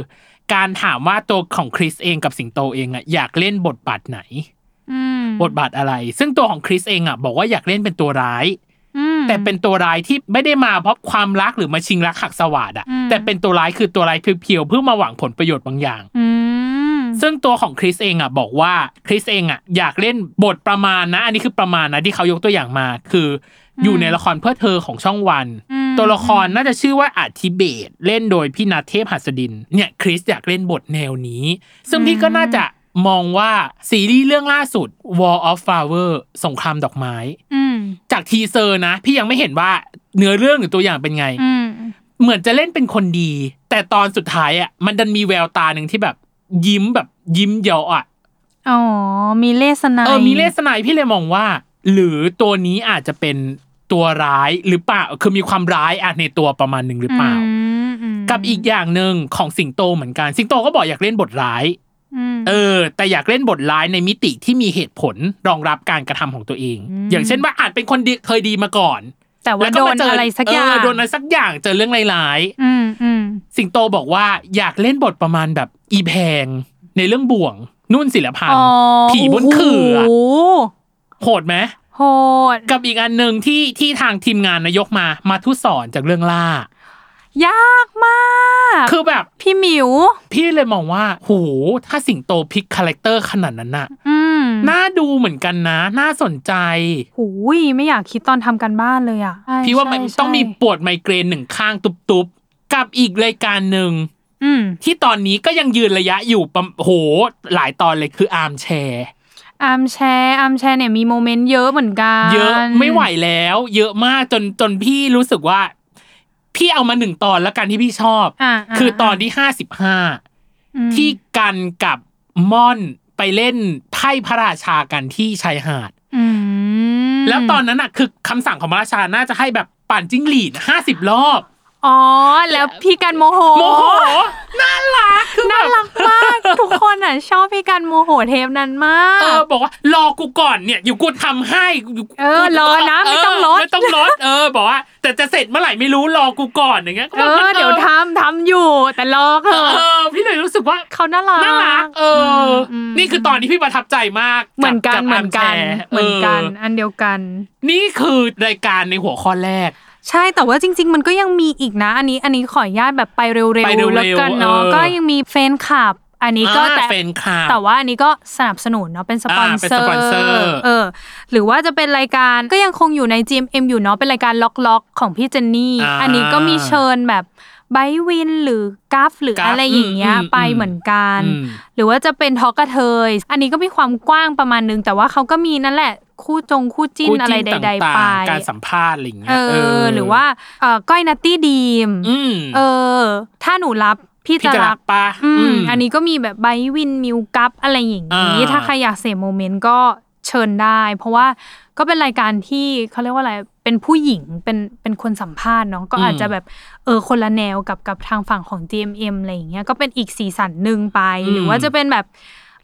การถามว่าตัวของคริสเองกับสิงโตเองอะอยากเล่นบทบาทไหน อืม บทบาทอะไร ซึ่งตัวของคริสเองอะบอกว่าอยากเล่นเป็นตัวร้าย อืม แต่เป็นตัวร้ายที่ไม่ได้มาเพราะความรักหรือมาชิงรักหักสวาดอะ อืม แต่เป็นตัวร้ายคือตัวร้ายเพียวๆเพื่อมาหวังผลประโยชน์บางอย่าง อืม ซึ่งตัวของคริสเองอ่ะบอกว่าคริสเองอ่ะอยากเล่นบทประมาณนะ อันนี้คือประมาณนะที่เขายกตัวอย่างมา คืออ ม อยู่ในละครเพื่อเธอของช่องวัน อืม ตัวละครน่าจะชื่อว่าอาธิเบตเล่นโดยพี่นาเทพหัสดินเนี่ยคริสอยากเล่นบทแนวนี้ ซึ่งพี่ก็น่าจะมองว่าซีรีส์เรื่องล่าสุด War of Flower สงครามดอกไม้ อืม จากทีเซอร์นะ พี่ยังไม่เห็นว่าเนื้อเรื่องหรือตัวอย่างเป็นไง อืม เหมือนจะเล่นเป็นคนดี แต่ตอนสุดท้ายอ่ะมันดันมีแววตาหนึ่งที่แบบ ยิ้มแบบยิ้มเยาะอ่ะ อ๋อ มีเลสไน เออมีเลสไนายพี่เลยมองว่า หรือตัวนี้อาจจะเป็นตัวร้ายหรือเปล่าคือมีความร้ายอะในตัวประมาณหนึ่งหรือเปล่า มม กับอีกอย่างหนึ่งของสิงโตเหมือนกัน สิงโตก็บอกอยากเล่นบทร้าย ม เออ แต่อยากเล่นบทร้ายในมิติที่มีเหตุผลรองรับการกระทำของตัวเอง อืม อย่างเช่นว่าอาจเป็นคนดีเคยดีมาก่อน แต่ว่าโด ม น เจ อะไรสักอย่าง เโดนอะไรสักอย่างเจอเรื่องร้ายๆ อืมอืม สิงโตบอกว่าอยากเล่นบทประมาณแบบอีแพง ในเรื่องบ่วง นุ่นศิลพัน อ๋ ธ์ อ ผีบนเขื่อ โโห โหดไหม โหด กับอีกอันหนึ่งที่ที่ทางทีมงานนายกมามาทุสอนจากเรื่องล่า ยากมาก คือแบบ พี่หมิว พี่เลยมองว่าโหถ้าสิงโตพลิกคาแรคเตอร์ขนาดนั้นน่ะ อืม น่าดูเหมือนกันนะ น่าสนใจ หูยไม่อยากคิดตอนทำกันบ้านเลยอ่ะใช่ พี่ว่ามัน ใช่ ต้องมี ใช่ ปวดไมเกรนหนึ่งข้างตุบๆกับอีกรายการหนึ่ง อืม ที่ตอนนี้ก็ยังยืนระยะอยู่ประมโหหลายตอนเลยคืออาร์มแชร์ อาร์มแชร์อาร์มแชร์เนี่ยมีโมเมนต์เยอะเหมือนกัน เยอะไม่ไหวแล้ว เยอะมากจนจนพี่รู้สึกว่า พี่เอามาหนึ่งตอนแล้วกันที่พี่ชอบ อ่า คือตอนที่ห้าสิบห้า อืม ที่กันกับม่อนไปเล่นไพ่พระราชากันที่ชายหาด อืม แล้วตอนนั้นอ่ะคือคำสั่งของพระราชาน่าจะให้แบบปั่นจิ้งหรีดห้าสิบรอบ อ๋อแล้วพี่กันโมโห โมโห น่ารักคือแบ น่า บ รักมาก ทุกคนอ่ะ ชอบพี่กันโมโหเทปนั้นมา เออก บอกว่ารอกูก่อนเนี่ยอยู่กูทำให้ยู่ เออรอนะไม่ต้องลด เไม่ต้องลดเออบอกว่า แต่จะเสร็จเมื่อไหร่ไม่รู้รอกูก่อนอย่างเงี้ยก็ เอ แบบ อ เดี๋ยวทำทำอยู่ แต่รอเถ เอออะพี่เลยรู้สึกว่า เขาน่ารัก น่ารักเอออ ม นี่คือตอนที่พี่ประทับใจมาก เหมือนกัน บ เหมือนกับานร์แชร์ เหมือนกัน เออ อันเดียวกัน นี่คือรายการในหัวข้อแรก ใช่แต่ว่าจริง ๆ มันก็ยังมีอีกนะ อันนี้อันนี้ขออนุญาตแบบไปเร็ว ไปเร็วๆๆแล้วกันเนาะ เออ ก็ยังมีแฟนคลับ อันนี้ก็ อ่า แต่ แฟนคลับ แต่ว่าอันนี้ก็สนับสนุนเนาะเป็นสปอน อ่าเป็น เซสอร์ ปอนเซอร์ เออ หรือว่าจะเป็นรายการก็ยังคงอยู่ใน GMM อยู่เนาะเป็นรายการล็อกล็อกๆของพี่เจนนี่ อันนี้ก็มีเชิญแบบไบวินหรือกัฟหรืออะไรอย่างเงี้ยไปเหมือนกัน อืม หรือว่าจะเป็นทอกกระเทยอันนี้ก็มีความกว้างประมาณนึง แต่ว่าเขาก็มีนั่นแหละ คู่จงคู่จิ้น คู่ อะไรใด ต่า ๆ ง ไป ๆการสัมภาษณ์อะไรอย่างเงี้ เอยอหรือว่าเอ่อก้อยนัตตี้ดีม อืม เออ ถ้าหนูรับพี่ พี่ จะ จะ รั รับ บปะ อืม ม อันนี้ก็มีแบบไบวินมิวกัปอะไรอย่างนี้ อ่า ถ้าใครอยากเสพโมเมนต์ก็เชิญได้ เพราะว่าก็เป็นรายการที่เขาเรียกว่าอะไรเป็นผู้หญิงเป็นเป็นคนสัมภาษณ์เนาะก็อาจจะแบบเออคนละแนวกับกับทางฝั่งของ GMM อะไรอย่างเงี้ยก็เป็นอีกสีสันหนึ่งไป หรือว่าจะเป็นแบบ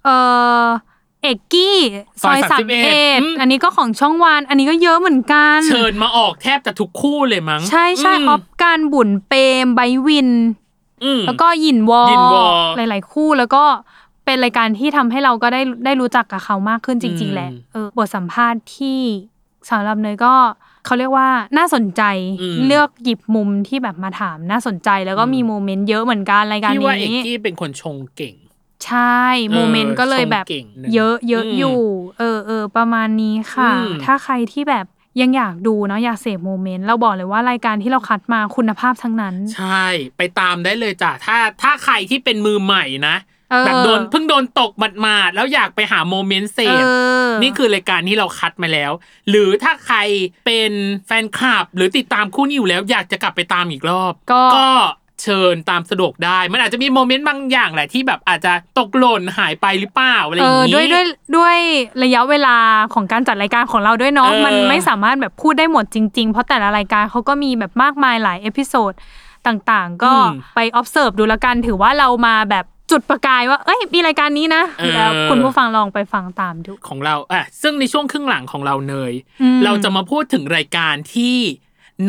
เออเอกกี้ซอย ซอย สาม 31 เอ็ด อืม อันนี้ก็ของช่องวาน อันนี้ก็เยอะเหมือนกัน เชิญมาออกแทบจะทุกคู่เลยมั้ง ใช่ใช่ ม ออฟการบุญเปรมไบวิน ม แล้วก็หยินวอ หยินวอ หลาย ๆ คู่แล้วก็เป็นรายการที่ทำให้เราก็ได้ได้รู้จักกับเขามากขึ้นจริง อื ๆ ม แหละเออบทสัมภาษณ์ที่สำหรับเนยก็เขาเรียกว่าน่าสนใจเลือกหยิบมุมที่แบบมาถามน่าสนใจแล้วก็มีโมเมนต์เยอะเหมือนกันรายการ พี่ว่าเอก นี้ กี้เป็นคนชงเก่ง ใช่โมเมนต์ก็เลยแบบ ชงเก่งหนึ่ง เยอะเยอะ อืม อยู่ เออเออประมาณนี้ค่ะ อืม ถ้าใครที่แบบยังอยากดูเนาะอยากเสพโมเมนต์เราบอกเลยว่ารายการที่เราคัดมาคุณภาพทั้งนั้น ใช่ ไปตามได้เลยจ้ะถ้าถ้าใครที่เป็นมือใหม่นะ เออ แบบโดนเพิ่งโดนตกหมาดๆแล้วอยากไปหาโมเมนต์เส เอ พ อ นี่คือรายการที่เราคัดมาแล้ว หรือถ้าใครเป็นแฟนคลับ หรือติดตามคู่นี้อยู่แล้ว อยากจะกลับไปตามอีกรอบ ก็ ก็เชิญตามสะดวกได้ มันอาจจะมีโมเมนต์บางอย่างแหละที่แบบอาจจะตกหล่นหายไปหรือเปล่าอะไรอ เอย่าง อ นี้ ด้วยด้วยด้วยระยะเวลาของการจัดรายการของเราด้วยเนาะ เออ มันไม่สามารถแบบพูดได้หมดจริง ๆ เพราะแต่ละรายการเขาก็มีแบบมากมายหลายเอพิโซดต่างๆ ก็ไป observe ดูละกันถือว่าเรามาแบบจุดประกายว่า เอ้ยมีรายการนี้นะแล้วคุณผู้ฟังลองไปฟังตามดู ของเราอ่ะซึ่งในช่วงครึ่งหลังของเราเนย อืม เราจะมาพูดถึงรายการที่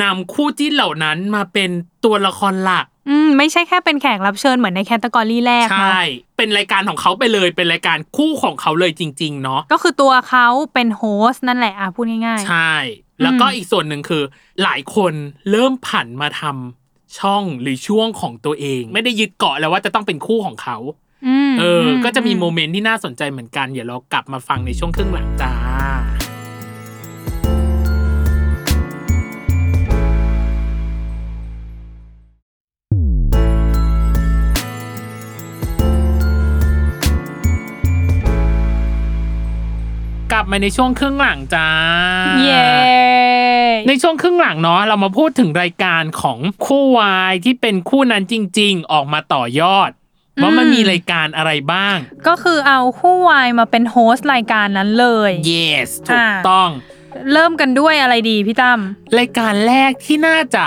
นำคู่จิ้นเหล่านั้นมาเป็นตัวละครหลัก อืมไม่ใช่แค่เป็นแขกรับเชิญเหมือนในแคตตากรีแรก ใช เนาะ ่ เป็นรายการของเขาไปเลย เป็นรายการคู่ของเขาเลยจริง ๆ เนาะ ก็คือตัวเขาเป็นโฮสต์นั่นแหละอ่ะพูดง่าย ใช่ แล้วก็ อืม อีกส่วนหนึ่งคือ หลายคนเริ่มผันมาทำช่องหรือช่วงของตัวเอง ไม่ได้ยึดเกาะแล้วว่าจะต้องเป็นคู่ของเขา ๆอืม เอออ ก็จะมี อื โมเมนต์ที่น่าสนใจเหมือนกัน เดี๋ยวเรากลับมาฟังในช่วงครึ่งหลังจ้า กลับมาในช่วงครึ่งหลังจ้า เย้ ในช่วงครึ่งหลังเนาะเรามาพูดถึงรายการของคู่วายที่เป็นคู่นั้นจริง ๆ ออกมาต่อยอด อืม ว่ามันมีรายการอะไรบ้าง ก็คือเอาคู่วายมาเป็นโฮสต์รายการนั้นเลย yes ถูก อ่า ต้อง เริ่มกันด้วยอะไรดีพี่ตั้ม รายการแรกที่น่าจะ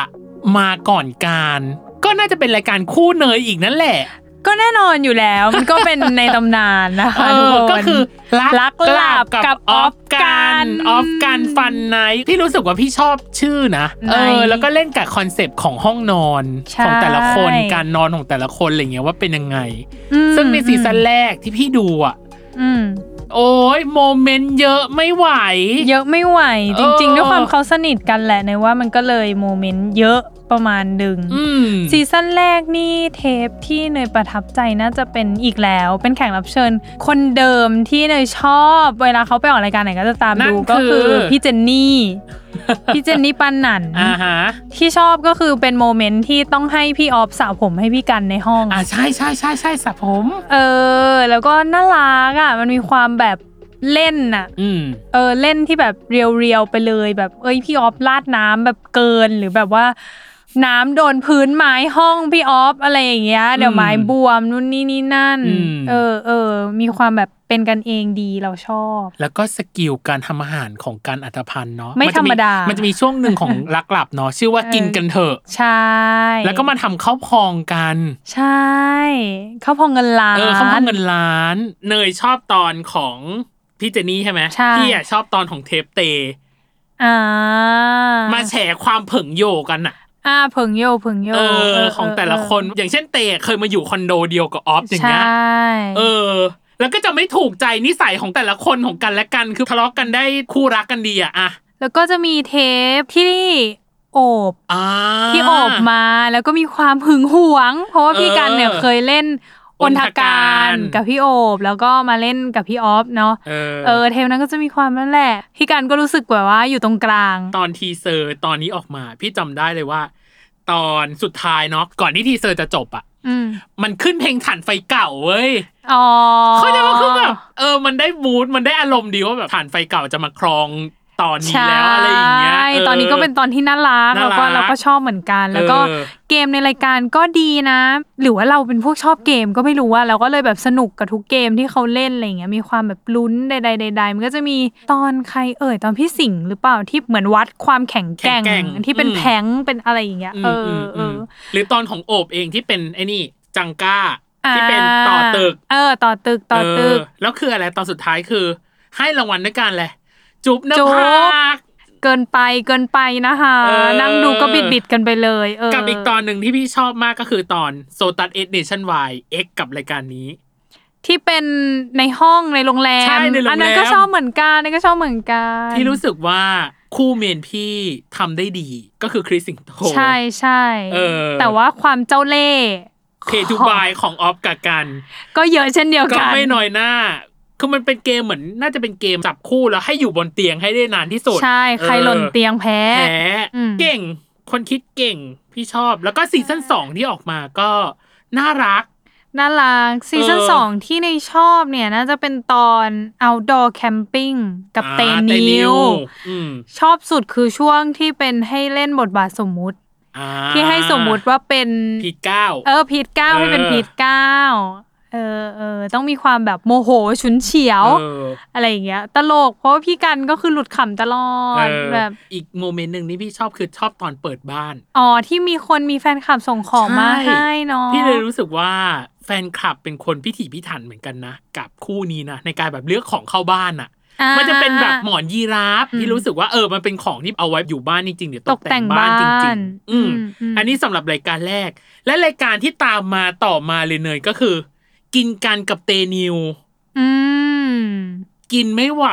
มาก่อนการ ก็น่าจะเป็นรายการคู่เนยอีกนั่นแหละ ก็แน่นอนอยู่แล้ว มันก็เป็นในตำนานนะคะ เอ ทุอกคน ก็คือ รักหลับกับ ออฟกั ออฟกัน น ออฟกันฟันไนที่รู้สึกว่าพี่ชอบชื่อนะเออ Night แล้วก็เล่นกับคอนเซปต์ของห้องนอน ใช่ ของแต่ละคนการนอนของแต่ละคนอะไรอย่างเงี้ยว่าเป็นยังไง ม ซึ่งในซีซั่นแรกที่พี่ดูอ่ะ อืม โอ้ยโมเมนต์เยอะไม่ไหว เยอะไม่ไหว จริง เออ ๆ ด้วยความเขาสนิทกันแหละในว่ามันก็เลยโมเมนต์เยอะ ประมาณหนึ่ง อืม ซีซั่นแรกนี่เทปที่เนยประทับใจน่าจะเป็นอีกแล้ว เป็นแขกรับเชิญ คนเดิมที่เนยชอบ เวลาเขาไปออกรายการไหนก็จะตาม นั่น ดูก็ คื คือ อพี่เจนนี่ พี่เจนนี่ปันหนัน อ่าฮะ ที่ชอบก็คือเป็นโมเมนต์ที่ต้องให้พี่ออฟสระผมให้พี่กันในห้อง อ่าใช่ใช่ใช่ใช่สระผม เออ แล้วก็น่ารักอ่ะมันมีความแบบเล่นอ่ะ อืม เออเล่นที่แบบเรียวๆไปเลยแบบเอ้ยพี่ออฟลาดน้ำแบบเกินหรือแบบว่า น้ำโดนพื้นไม้ห้องพี่ออฟอะไรอย่างเงี้ยเดี๋ยวไม้บวมนู่นนี่นี่นั่น อืม เออเออมีความแบบเป็นกันเองดีเราชอบ แล้วก็สกิลการทำอาหารของการอัตภันเนาะ ไม่ นจะ ธรรมดามัน จะมีช่วงหนึ่งของ รักหลับเนาะชื่อว่า เออ กินกันเถอะ ใช่ แล้วก็มาทำข้าวพองกัน ใช่เขาพองเงินล้าน เออข้าวพองเงินล้าน เนยชอบตอนของพี่เจนี่ใช่ไหม ใช่ พี่อะชอบตอนของเทปเต อ่า มาแฉความเผงโยกันอะ อ่าเผงโยเผงโย เอ เ อ ของแต่ละคน อย่างเช่นเตเคยมาอยู่คอนโดเดียวกับออฟอย่าง ใช่ เงี้ย เออ แล้วก็จะไม่ถูกใจนิสัยของแต่ละคนของกันและกัน คือทะเลาะกันได้คู่รักกันดีอะอะ แล้วก็จะมีเทปที่โอบ อ่า ที่โอบมาแล้วก็มีความหึงหวง เพราะว่าพี่กันเนี่ย เออ เคยเล่นอนทการ อนทการ กับพี่โอบแล้วก็มาเล่นกับพี่ออฟเนาะ เออ เออเทปนั้นก็จะมีความนั่นแหละพี่กันก็รู้สึกแบบว่าอยู่ตรงกลาง ตอนทีเซอร์ตอนนี้ออกมา พี่จำได้เลยว่า ตอนสุดท้ายเนาะก่อนที่ทีเซอร์จะจบอะ อืม มันขึ้นเพลงถ่านไฟเก่าเว้ย อ๋อ เขาใจปะว่าคือแบบเออ มันได้บูทมันได้อารมณ์ดีว่าแบบถ่านไฟเก่าจะมาครองตอนนี้แล้วอะไรอย่างเงี้ย ใช่ เ ตอนนี้ก็เป็นตอนที่น่ารัก น่า แรักล้วก็เราก็ชอบเหมือนกัน แล้วก็ เออ เกมในรายการก็ดีนะ หรือว่าเราเป็นพวกชอบเกมก็ไม่รู้ว่าเราก็เลยแบบสนุกกับทุกเกมที่เขาเล่นอะไรอย่างเงี้ยมีความแบบลุ้นใดๆใดๆมันก็จะมีตอนใครเอ่ยตอนพี่สิงห์หรือเปล่าที่เหมือนวัดความแข็งแกร่ง แข็งแกร่ง ที่เป็น อืม แผงเป็นอะไรอย่างเงี้ยเออ ม เอ ม อ หรือตอนของโอบเองที่เป็นไอ้นี่จังก้า อ่า ที่เป็นต่อตึก เออต่อตึกต่อตึก เออแล้วคืออะไรตอนสุดท้ายคือ ให้รางวัลด้วยกันเลยจุ๊บหน้า จุ๊บ ผาก เกินไปเกินไปนะคะ เออ นั่งดูก็บิดบิดๆกันไปเลยเออ กับอีกตอนหนึ่งที่พี่ชอบมากก็คือตอนโซตัสเอ็ดเนชั่นวายเอ็กกับรายการนี้ ที่เป็นในห้องในโรงแรม ใช่ในโรงแรม อันั้นก็ชอบเหมือนกันอันนั้นก็ชอบเหมือนกัน ที่รู้สึกว่าคู่เมนพี่ทำได้ดีก็คือคริสสิงโต ใช่ใช่ เออ แต่ว่าความเจ้าเล่ห์ เพทูบายของออฟกับกัน ก็เยอะเช่นเดียว ก็ กัน ไม่น้อยหน้า คือมันเป็นเกมเหมือนน่าจะเป็นเกมจับคู่แล้วให้อยู่บนเตียงให้ได้นานที่สุด ใช่ใครหล่น เออ เตียงแพ้ แพ้ อืม เก่ง คนคิดเก่งพี่ชอบ แล้วก็ซีซั่นสองที่ออกมาก็น่ารัก น่ารักซีซั่น เออ สองที่ในชอบเนี่ยน่าจะเป็นตอน outdoor camping กับ อ่า เตนิว อืม ชอบสุดคือช่วงที่เป็นให้เล่นบทบาทสมมุติ อ่า ที่ให้สมมุติว่าเป็น พีเก้า เออพีทเก้า เออ ให้เป็นพีทเก้าเออเออต้องมีความแบบโมโหฉุนเฉียว เออ อะไรอย่างเงี้ย ตลกเพราะว่าพี่กันก็คือหลุดขำตลอด เออ แบบ อีกโมเมนต์หนึ่งที่พี่ชอบคือชอบตอนเปิดบ้าน อ๋อที่มีคนมีแฟนคลับส่งของมา ใช่ ให้เนาะ พี่เลยรู้สึกว่าแฟนคลับเป็นคนพิถีพิถันเหมือนกันนะ กับคู่นี้นะ ในการแบบเลือกของเข้าบ้านอ่ะ อ่า มันจะเป็นแบบหมอนยีราฟ อืม ที่รู้สึกว่าเออมันเป็นของที่เอาไว้อยู่บ้านจริงๆหรือ ต ต ก ก แต่ แต่ ง ง บ้า บ้าน นจริง ๆ อืม ม อันนี้สำหรับรายการแรก และรายการที่ตามมาต่อมาเลยเนยก็คือ กินกันกับเตนิว อืม กินไม่ไหว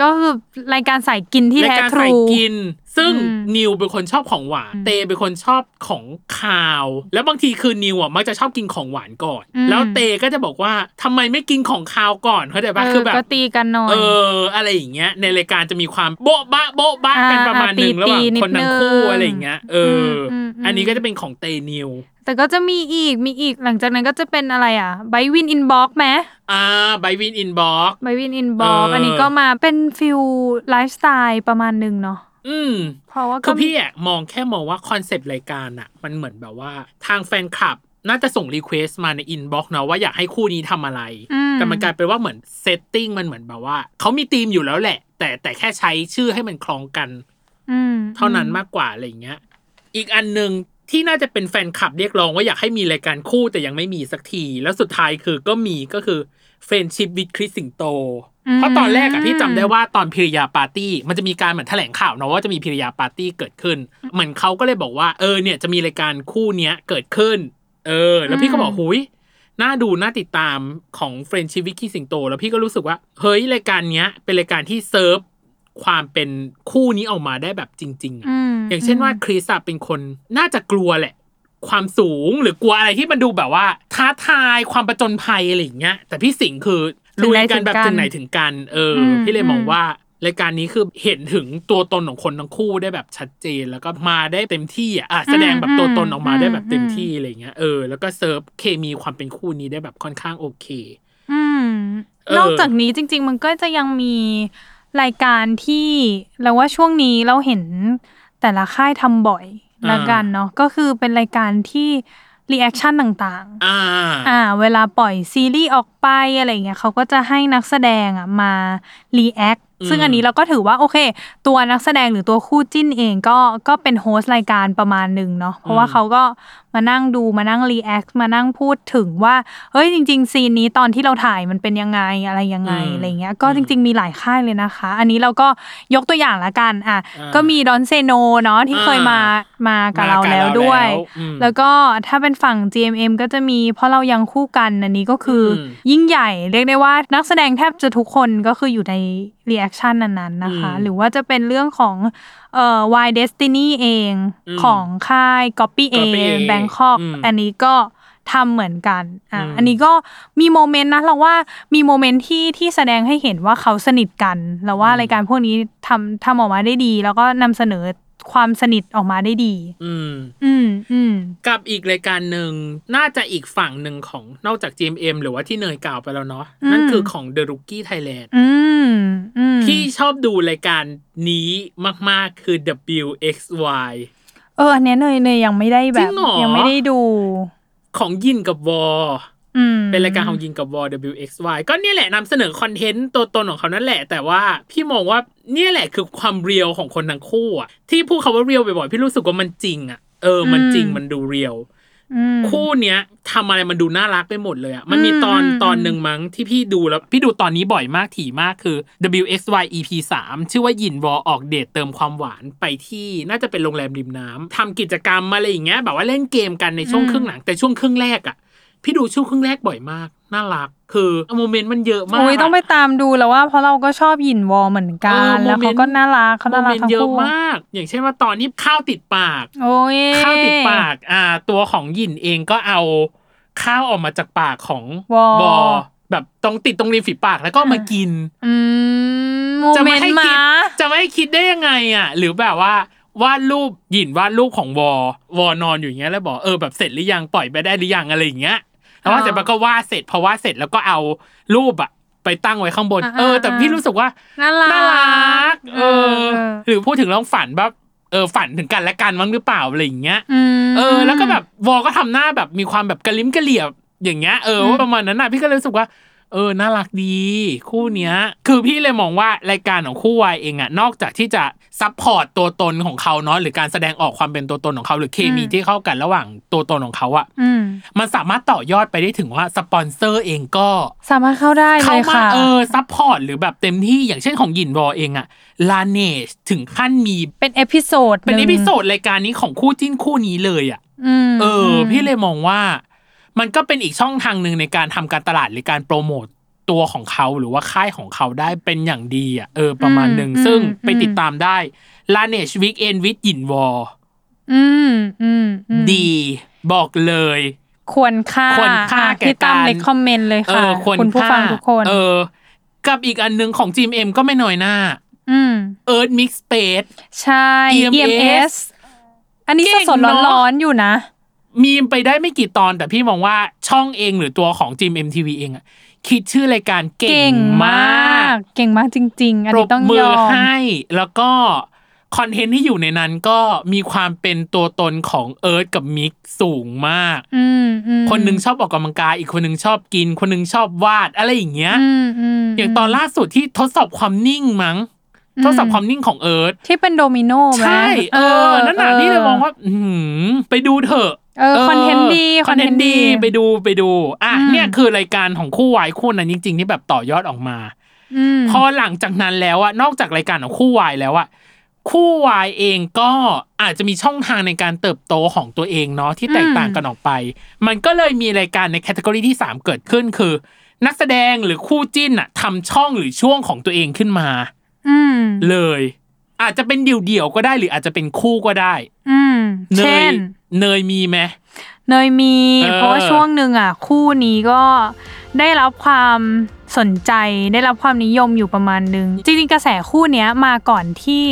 ก็คือรายการสายกินที่ ราย แท้ การ ทรู ใส่กิน ซึ่ง อืม นิวเป็นคนชอบของหวาน อืม เตเป็นคนชอบของคาว แล้วบางทีคือนิวอ่ะมักจะชอบกินของหวานก่อน อืม แล้วเตก็จะบอกว่าทำไมไม่กินของคาวก่อนเข้าใจปะ เออ คือแบบ ก็ตีกันหน่อย เอออะไรอย่างเงี้ย ในรายการจะมีความโบ๊ะบะโบ๊ะบะกันประมาณหนึ่ง อ่ ระหว่าง ตีๆ คนทั้ง ด คู่ ง อะไรอย่างเงี้ยเออ ม อ มม อันนี้ก็จะเป็นของเตนิว แต่ก็จะมีอีก มีอีก หลังจากนั้นก็จะเป็นอะไรอ่ะไบวินอินบ็อกไหม อ่าไบวินอินบ็อก ไบวินอินบ็อก เอออั อันนี้ก็มาเป็นฟิลไลฟ์สไตล์ประมาณหนึงเนาะ อืม เพราะว่า คื ก็ อพี่อะมองแค่มองว่าคอนเซปต์รายการอะมันเหมือนแบบว่า ทางแฟนคลับ น่าจะส่งรีเควสต์มาในอินบ็อกซ์เนาะว่าอยากให้คู่นี้ทำอะไร อื แต่มันกลายเป็นว่าเหมือนเซตติ้งมันเหมือนแบบว่า เขามีธีมอยู่แล้วแหละ แต่แต่แค่ใช้ชื่อให้มันคล้องกัน อืม เท่านั้นมากกว่าอะไรอย่างเงี้ย อีกอันหนึ่งที่น่าจะเป็นแฟนคลับเรียกร้องว่าอยากให้มีรายการคู่แต่ยังไม่มีสักที แล้วสุดท้ายคือก็มีก็คือเฟรนชิพวิดคริสสิงโต เพราะตอนแรกอะพี่จำได้ว่าตอนพิริยาปาร์ตี้มันจะมีการเหมือนแถลงข่าวเนอะว่าจะมีพิริยาปาร์ตี้เกิดขึ้น เหมือนเขาก็เลยบอกว่าเออเนี่ยจะมีรายการคู่เนี้ยเกิดขึ้น เออ แล้วพี่ก็บอกหุยน่าดูน่าติดตามของเฟรนชิวิกกี้สิงโต แล้วพี่ก็รู้สึกว่า เฮ้ยรายการเนี้ยเป็นรายการที่เซิร์ฟ ความเป็นคู่นี้ออกมาได้แบบจริง ๆอะ ม อย่างเช่นว่าคริสอะเป็นคนน่าจะกลัวแหละ ความสูงหรือกลัวอะไรที่มันดูแบบว่า ท้าทายความประจนภัยอะไรอย่างเงี้ยแต่พี่สิงห์คือลุยกันแบบถึงไหนถึงกันเอออพี่เลยมองว่ารายการนี้คือเห็นถึงตัวตนของคนทั้งคู่ได้แบบชัดเจนแล้วก็มาได้เต็มที่อะอ่ะแสดงแบบตัวตนออกมาได้แบบเต็มที่อะไรอย่างเงี้ยเออแล้วก็เซิร์ฟเคมีความเป็นคู่นี้ได้แบบค่อนข้างโอเค อืม เออ นอกจากนี้จริง ๆ มันก็จะยังมีรายการที่เราว่าช่วงนี้เราเห็นแต่ละค่ายทำบ่อยละกันเนาะก็คือเป็นรายการที่รีแอคชั่นต่างๆ อ่า อ่าเวลาปล่อยซีรีส์ออกไปอะไรอย่างเงี้ยเขาก็จะให้นักแสดงอ่ะมารีแอค อืม ซึ่งอันนี้เราก็ถือว่าโอเค ตัวนักแสดงหรือตัวคู่จิ้นเองก็ก็เป็นโฮสต์รายการประมาณหนึ่งเนาะเพราะว่าเขาก็มานั่งดูมานั่งรีแอคมานั่งพูดถึงว่า เฮ้ยจริง ๆ ซีนนี้ตอนที่เราถ่ายมันเป็นยังไงอะไรยังไงอะไรเงี้ยก็จริง ๆ มีหลายค่ายเลยนะคะ อันนี้เราก็ยกตัวอย่างละกันอ่ะก็มีดอนเซโนเนาะที่เคยมามากับเราแล้วด้วย อืม แล้วก็ถ้าเป็นฝั่ง GMM ก็จะมีเพราะเรายังคู่กันอันนี้ก็คืออ ม ยิ่งใหญ่ เรียกได้ว่านักแสดงแทบจะทุกคนก็คืออยู่ในรีแอคชั่นนั้นๆนะคะ อืม หรือว่าจะเป็นเรื่องของเอ่อ Why Destiny เอง อืม ของค่าย Copy A Copy A Bangkok อืม อันนี้ก็ทำเหมือนกันอ่ะ อืม อันนี้ก็มีโมเมนต์นะเราว่ามีโมเมนต์ที่ที่แสดงให้เห็นว่าเขาสนิทกัน เราว่ารายการพวกนี้ทำทำออกมาได้ดี แล้วก็นำเสนอความสนิทออกมาได้ดี อืม อืมอืม กับอีกรายการหนึ่งน่าจะอีกฝั่งหนึ่งของนอกจาก GMM หรือว่าที่เนยกล่าวไปแล้วเนาะ อืม นั่นคือของ The Rookie Thailand อืมอืม ที่ชอบดูรายการนี้มาก ๆ คือ WXY เอออันเนี้ยเนยเนยยังไม่ได้แบ จริ บ งเหรอ ยังไม่ได้ดู ของยินกับวอ อืม เป็นรายการของยินกับวอ WXY ก็เนี่ยแหละนำเสนอคอนเทนต์ตัวตนของเขานั่นแหละ แต่ว่าพี่มองว่าเนี่ยแหละคือความเรียวของคนทั้งคู่อะที่พูดคำว่าเรียวบ่อยๆพี่รู้สึกว่ามันจริงอะเออมันจริงมันดูเรียว อืม คู่เนี้ยทำอะไรมันดูน่ารักไปหมดเลยอ่ะ มันมีตอน อืม ตอนหนึ่งมั้งที่พี่ดูแล้วพี่ดูตอนนี้บ่อยมากถี่มากคือ WXY EP 3ชื่อว่าหยินวอออกเดทเติมความหวานไปที่น่าจะเป็นโรงแรมริมน้ำทำกิจกรรมอะไรอย่างเงี้ยแบบว่าเล่นเกมกันในช่วงครึ่งหลังแต่ช่วงครึ่งแรกอ่ะ พี่ดูช่วงครึ่งแรกบ่อยมาก น่ารัก คือโมเมนต์มันเยอะมาก โอ้ย อะ ต้องไปตามดูแล้วว่าเพราะเราก็ชอบหยินวอลเหมือนกั เอน อโมเมนต์ แล้วเขาก็น่ารักเขา โม น่ารั เมนกทั้ ต์ ง เยอะ คู่ มาก อย่างเช่นว่าตอนนี้ข้าวติดปาก โอ้ย ข้าวติดปาก อ่า ตัวของหยินเองก็เอาข้าวออกมาจากปากของ วอ วอแบบตรงติดตรงริมฝีปากแล้วก็เอามากิน อืมโม จะ เม ไม่ น ให้ ต์คิหมา ด จะไม่ให้คิดได้ยังไงอ่ะ หรือแบบว่าวาดรูปหยินวาดรูปของวอวอนอนอยู่อย่างเงี้ยแล้วบอกเออแบบเสร็จหรือยังปล่อยไปได้หรือยังอะไรอย่างเงี้ยแล้วว่า อ๋อ เสร็จมันก็วาดเสร็จพอวาดเสร็จแล้วก็เอารูปอะไปตั้งไว้ข้างบน อ่า เออ แต่ อ่า พี่รู้สึกว่า น่ารัก น่ารัก เออ เออ หรือพูดถึงเรื่องฝันแบบเออฝันถึงกันและกันมั้งหรือเปล่าอะไรอย่างเงี้ย อืม เออแล้วก็แบบวอก็ทำหน้าแบบมีความแบบกระลิ้มกระเหลี่ยบอย่างเงี้ยเออว่าประมาณนั้นน่ะพี่ก็เลยรู้สึกว่า เออน่ารักดี คู่เนี้ย คือพี่เลยมองว่ารายการของคู่วายเองอะนอกจากที่จะซัพพอร์ตตัวตนของเขาเนาะหรือการแสดงออกความเป็นตัวตนของเขา หรือเคมี อืม ที่เข้ากันระหว่างตัวตนของเขาอะ อืม มันสามารถต่อยอดไปได้ถึงว่าสปอนเซอร์เองก็ สามารถเข้าได้เล เข้าย มา ค่ะ เออซัพพอร์ตหรือแบบเต็มที่อย่างเช่นของหยินวอเองอะลาเนชถึงขั้นมี เป็นเอพิโซด เป็น ห อี ง พิโซดรายการนี้ของคู่จิ้นคู่นี้เลยอะ อืม เอออ ม พี่เลยมองว่ามันก็เป็นอีกช่องทางหนึ่งในการทำการตลาดหรือการโปรโมตตัวของเขาหรือว่าค่ายของเขาได้เป็นอย่างดีอ่ะเออประมาณหนึ่ง อืม ซึ่ง อืม ไปติดตามได้ l a n a g e Weekend with หยินวอ อืมอืมอืม ดี บอกเลย ควรค่า ควรค่าแก่ พี่ตั้ม การ เลคคอมเมนต์เลย เอ ค่ะ อควร คุณผู้ า ฟังทุกคน เออ กับอีกอันหนึงของ GMM ก็ไม่น้อยหน้า อืม Earth Mix Space ใช่ EMS EMS อันนี้ เก่ง สด เนอะ ๆร้อนๆอยู่นะ มีมไปได้ไม่กี่ตอน แต่พี่มองว่าช่องเองหรือตัวของ GMM TV เองอะคิดชื่อรายการเก่ เก่ ง งม มาาก ก เก่งมากจริง ๆ อัน ปร นี้ บ ต้อง มื ย อ อม ให้แล้วก็คอนเทนต์ที่อยู่ในนั้นก็มีความเป็นตัวตนของเอิร์ธกับมิกสูงมาก อืมอืม คนหนึงชอบออกกำลังกาย อีกคนหนึงชอบกิน คนหนึงชอบวาดอะไรอย่างเงี้ย อืมอืม อย่างตอนล่าสุดที่ทดสอบความนิ่งมั้ง ทดสอบความนิ่งของเอิร์ธ ที่เป็นโดมิโนไหม ใช่ เออ นั่นน่ะพี่เลยมองว่า อือหือไปดูเถอะ เออคอนเทนต์ดี คอนเทนต์ดีไปดูไปดู อ่ะ อืม เนี่ยคือรายการของคู่วายคู่นั้นจริง ๆ ที่แบบต่อยอดออกมา อืม พอหลังจากนั้นแล้วอะนอกจากรายการของคู่วายแล้วอะคู่วายเองก็อาจจะมีช่องทางในการเติบโตของตัวเองเนาะที่แตกต่างกันออกไป มันก็เลยมีรายการในแคตตากรีที่ 3 เกิดขึ้นคือ นักแสดงหรือคู่จิ้นอะทำช่องหรือช่วงของตัวเองขึ้นมา อืม เลย อาจจะเป็นเดี่ยวๆก็ได้หรืออาจจะเป็นคู่ก็ได้ อืม เน เช่ ย น เนยมีไหม เนยมี เออ เพราะว่าช่วงหนึ่งอ่ะ คู่นี้ก็ได้รับความสนใจได้รับความนิยมอยู่ประมาณหนึ่งจริงๆกระแสคู่เนี้ยมาก่อนที่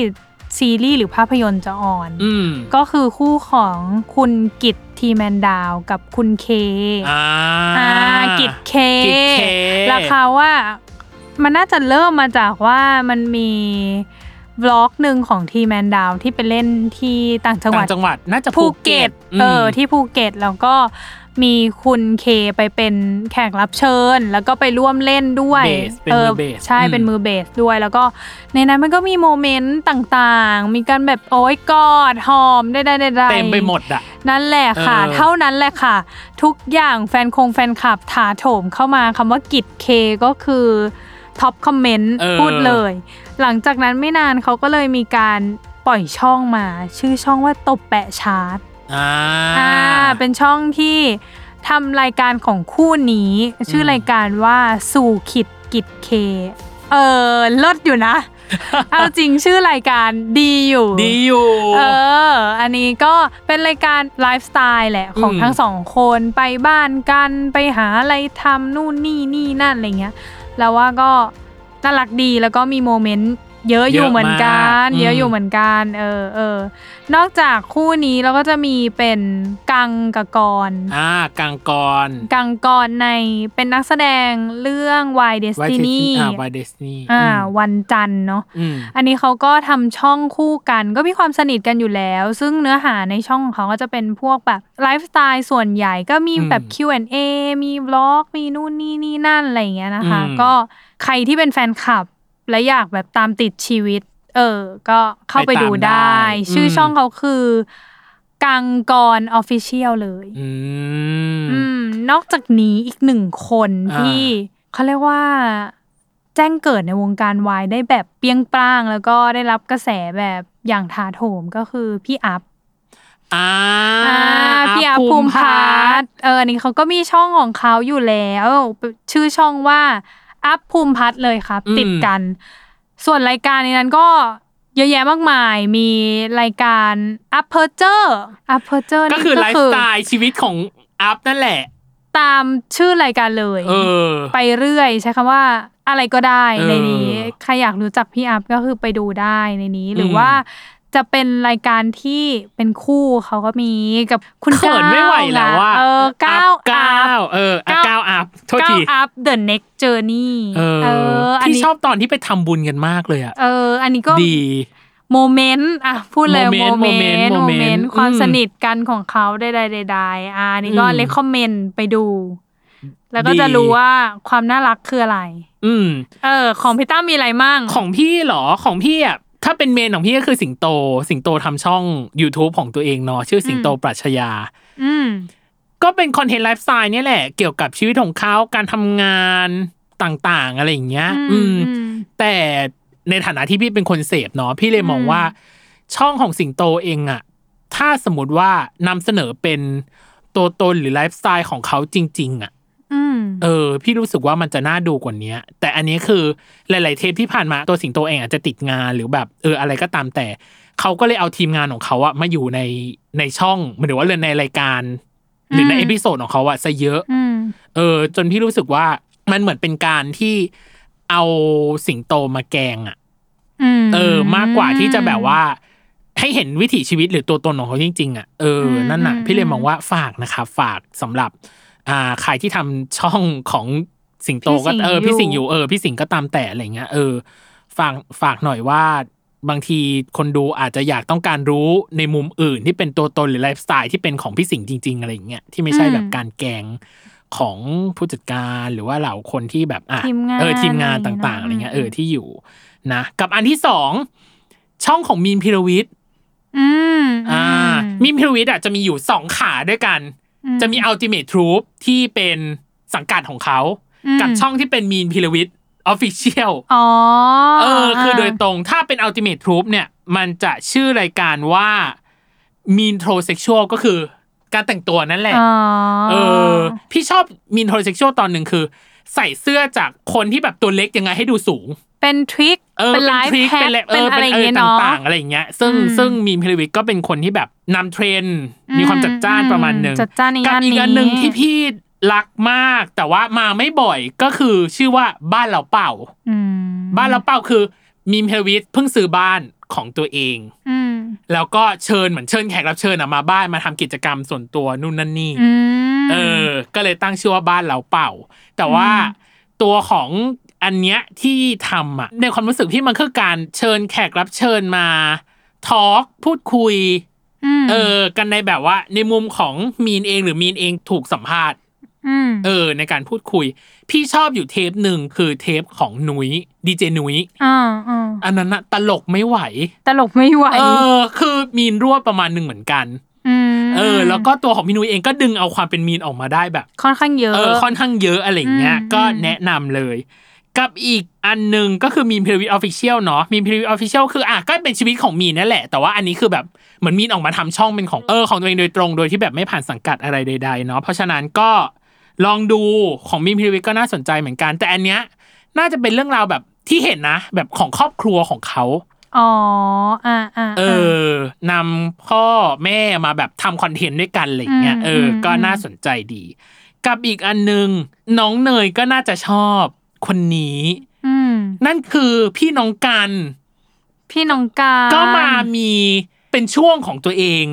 ซีรีส์หรือภาพยนตร์จะออน อืม ก็คือคู่ของคุณกิตทีแมนดาวกับคุณเค อ่า อ่ากิตเค กิจเค แล้วเขาว่ามันน่าจะเริ่มมาจากว่ามันมีบล็อกหนึ่งของทีแมนดาวที่ไปเล่นที่ต่างจังหวั ต่า ด งจังหวัดน่าจะ ภูเก็ต ม เออ ที่ภูเก็ต แล้วก็มีคุณเคไปเป็นแขกรับเชิญ แล้วก็ไปร่วมเล่นด้วย เบสเป็น เอ มื อ อเบส ใช่ เป็นมือเบสด้วย แล้วก็ในนั้นมันก็มีโมเมนต์ต่างๆ มีการแบบโอ้ยกอด หอม ได้ได้ได้ เต็มไปหมดอ่ะ นั่นแหละค่ะ เออ เท่านั้นแหละค่ะ ทุกอย่างแฟนคงแฟนคลับถาโถมเข้ามาคำว่ากิจเคก็คือท็อปคอมเมนต์ เออ พูดเลย หลังจากนั้นไม่นานเขาก็เลยมีการปล่อยช่องมา ชื่อช่องว่าตบแปะชาร์ต อ่า อ่าเป็นช่องที่ทำรายการของคู่นี้ ชื่อรายการว่าสู่ขิดกิจเค เออเลดอยู่ นะ เอาจริงชื่อรายการดีอยู่ ดีอยู่ เออ อันนี้ก็เป็นรายการไลฟ์สไตล์แหละ ของ อืม ทั้งสองคนไปบ้านกันไปหาอะไรทำนู่นนี่นี่นั่นอะไรเงี้ย แล้วว่าก็น่ารักดีแล้วก็มีโมเมนต์เยอะอยู่เหมือนกัน เย เย อะมาก อะอ อื ยู่ ม เหมือนกันเออเออนอกจากคู่นี้เราก็จะมีเป็นกังกบกร อ่ากังกร กังกรในเป็นนักแสดงเรื่องวายเดสตินี อ่าวายเดสนี อ่าวันจันทร์เนาะ อืม อันนี้เขาก็ทำช่องคู่กันก็มีความสนิทกันอยู่แล้ว ซึ่งเนื้อหาในช่องของเขาก็จะเป็นพวกแบบไลฟ์สไตล์ส่วนใหญ่ก็มีแบบ อืม Q&A มีบล็อกมีนู่นนี่นี่นั่นอะไรอย่างเงี้ยนะคะ อืม ก็ใครที่เป็นแฟนคลับ และอยากแบบตามติดชีวิต เออ ก็เข้าไปดูได้ ชื่อช่องเขาคือ กังกรออฟฟิเชียลเลย อืม อืมนอกจากนี้อีกหนึ่งคน อ่า ที่เขาเรียกว่า แจ้งเกิดในวงการวายได้แบบเปรี้ยงปร้าง แล้วก็ได้รับกระแสแบบอย่างถาโถมก็คือพี่อัพ อ่า อ่าพี่อัพภูมิพัฒน์เอออนนี่เขาก็มีช่องของเขาอยู่แล้ว ชื่อช่องว่าอัพภูมิพัฒน์เลยครับ ติดกัน ส่วนรายการในนั้นก็เยอะแยะมากมายมีรายการอัพเพอร์เจอร์อัพเพอร์เจอร์ ก็คือไลฟ์สไตล์ชีวิตของอัพนั่นแหละ ตามชื่อรายการเลย เออ ไปเรื่อยใช้คำว่าอะไรก็ได้ เออ ในนี้ใครอยากรู้จักพี่อัพก็คือไปดูได้ในนี้ หรืออ ม ว่าจะเป็นรายการที่เป็นคู่เขาก็มีกับคุณ เขินไม่ไหวแล้วว่า เออเก้าว เก้าเอออ่ะเก้าอัพโทษ เก้า ที อัพ The Next Journey เออ อัน ที่ นี้ ชอบตอนที่ไปทำบุญกันมากเลยอ่ะ เออ อันนี้ก็ ดี โมเมนต์อ่ะพูดเลยโม moment เม moment นต์ moment อืม ความสนิทกันของเขาใดๆใดๆอ่ะอันนี้ก็ อืม เลคคอมเมนต์ไปดู แล้วก็ ดี จะรู้ว่าความน่ารักคืออะไร อืม เออ ของพี่ตั้มมีอะไรมั่ง ของพี่เหรอของพี่อ่ะถ้าเป็นเมนของพี่ก็คือสิงโต สิงโตทำช่อง YouTube ของตัวเองเนาะชื่อสิงโตปรัชญา อืม ก็เป็นคอนเทนต์ไลฟ์สไตล์เนี่ยแหละ เกี่ยวกับชีวิตของเขาการทำงานต่างๆ อะไรอย่างเงี้ยอือืม ม แต่ในฐานะที่พี่เป็นคนเสพเนาะพี่เลยมอง อืม ว่า ช่องของสิงโตเองอะถ้าสมมติว่านำเสนอเป็นตัวตนหรือไลฟ์สไตล์ของเขาจริง ๆอะ อืม เออ พี่รู้สึกว่ามันจะน่าดูกว่านี้แต่อันนี้คือหลาย ๆ เทปที่ผ่านมาตัวสิงโตเองอาจจะติดงานหรือแบบเอออะไรก็ตามแต่เขาก็เลยเอาทีมงานของเขาอะมาอยู่ในในช่องหรือว่าเลยในรายการ หรือใน อืม เอพิโซดของเขาอะซะเยอะ อืม เออจนพี่รู้สึกว่ามันเหมือนเป็นการที่เอาสิงโตมาแกล้งอะ อืม เออ มากกว่าที่จะแบบว่า ให้เห็นวิถีชีวิตหรือตัวตนของเขาจริงๆอะเอออ ม นั่นน่ะ อืม พี่เลยมองว่าฝากนะคะ ฝากสำหรับ อ่าใครที่ทำช่องของสิงโตก็ พี่สิงห์ เออ อยู่ พี่สิงห์อยู่เออพี่สิงห์ก็ตามแต่อะไรเงี้ยเออฝากฝากหน่อยว่า บางทีคนดูอาจจะอยากต้องการรู้ในมุมอื่นที่เป็นตัวตนหรือไลฟ์สไตล์ที่เป็นของพี่สิงห์จริง ๆ อะไรอย่างเงี้ยที่ไม่ใช่ อืม แบบการแกล้งของผู้จัดการหรือว่าเหล่าคนที่แบบอ่ะ ทีมงาน เออทีมงาน อะไรอย่างเงี้ย ต่าง ๆ อะไรเงี้ย อืม เออที่อยู่นะกับอันที่สองช่องของมีนพิรวิทย์ อืม อ่ามีนพิรวิทย์อ่ะจะมีอยู่สองขาด้วยกัน จะมี Ultimate Troop ที่เป็นสังกัดของเขา กับช่องที่เป็นมีนพิรวิทย์ออฟฟิเชียล อ๋อ เออคือโดยตรงถ้าเป็น Ultimate Troop เนี่ยมันจะชื่อรายการว่า Mean t r o s e x u a l ก็คือการแต่งตัวนั่นแหละ อ๋อ เออ พี่ชอบ Mean t r o s e x u a l ตอนหนึ่งคือ ใส่เสื้อจากคนที่แบบตัวเล็กยังไงให้ดูสูง ไป เป็นทริค เออ เป็นไลฟ์ ทริค แฮก เป็นเออเป็นอะไร เป็น อย่าง เออ เงี้ย ต เนาะ ่างๆอะไรอย่างเงี้ย ซึ่ง อืม ซึ่งมีมพิลวิกก็เป็นคนที่แบบนำเทรนด์มีความจัดจ้านประมาณหนึ่ง จัดจ้านใน กับ ย่าน อี นี้ กอันหนึ่งที่พี่รักมาก แต่ว่ามาไม่บ่อยก็คือชื่อว่าบ้านเราเป่า อืม บ้านเราเป่าคือมีมเฮลวิทเพิ่งซื้อบ้านของตัวเอง อืม แล้วก็เชิญเหมือนเชิญแขกรับเชิญอะมาบ้านมาทำกิจกรรมส่วนตัวนู่นนั่นนี่ อืม เออ ก็เลยตั้งชื่อว่าบ้านเราเป่า แต่ว่า อืม ตัวของอันเนี้ยที่ทำอะในความรู้สึกพี่มันคือการเชิญแขกรับเชิญมาทอล์กพูดคุย ม เออ กันในแบบว่าในมุมของมีนเองหรือมีนเองถูกสัมภาษณ์ ม เออในการพูดคุย พี่ชอบอยู่เทปหนึ่งคือเทปของหนุยดีเจหนุย อ่าอ่า อันนั้นน่ะตลกไม่ไหว ตลกไม่ไหว เออ คือมีนรั่วประมาณหนึ่งเหมือนกัน ม เออ แล้วก็ตัวของพี่หนุยเองก็ดึงเอาความเป็นมีนออกมาได้แบบ ค่อนข้างเยอะ เออค่อนข้างเยอะอะไรอย่างเงี้ย อืม ก็ อืม แนะนำเลย กับอีกอันหนึ่งก็คือมีนพิรวิทออฟฟิเชียลเนาะมีนพิรวิทออฟฟิเชียลคืออ่ะก็เป็นชีวิตของมีนนั่นแหละ แต่ว่าอันนี้คือแบบเหมือนมีนออกมาทำช่องเป็นของเออของตัวเองโดยตรงโดยที่แบบไม่ผ่านสังกัดอะไรใดๆเนาะเพราะฉะนั้นก็ลองดูของมีนพิรวิทก็น่าสนใจเหมือนกัน แต่อันเนี้ยน่าจะเป็นเรื่องราวแบบที่เห็นนะ แบบของครอบครัวของเขา อ๋ออ่าอ่า เออ นำพ่อแม่มาแบบทำคอนเทนต์ด้วยกันอะไรอย่างเงี้ย อืม เออ อืม ก็น่าสนใจดี กับอีกอันหนึง น้องเนยก็น่าจะชอบคนนี้ อืม นั่นคือพี่น้องกัน พี่น้องการ ก็มามีเป็นช่วงของตัวเอง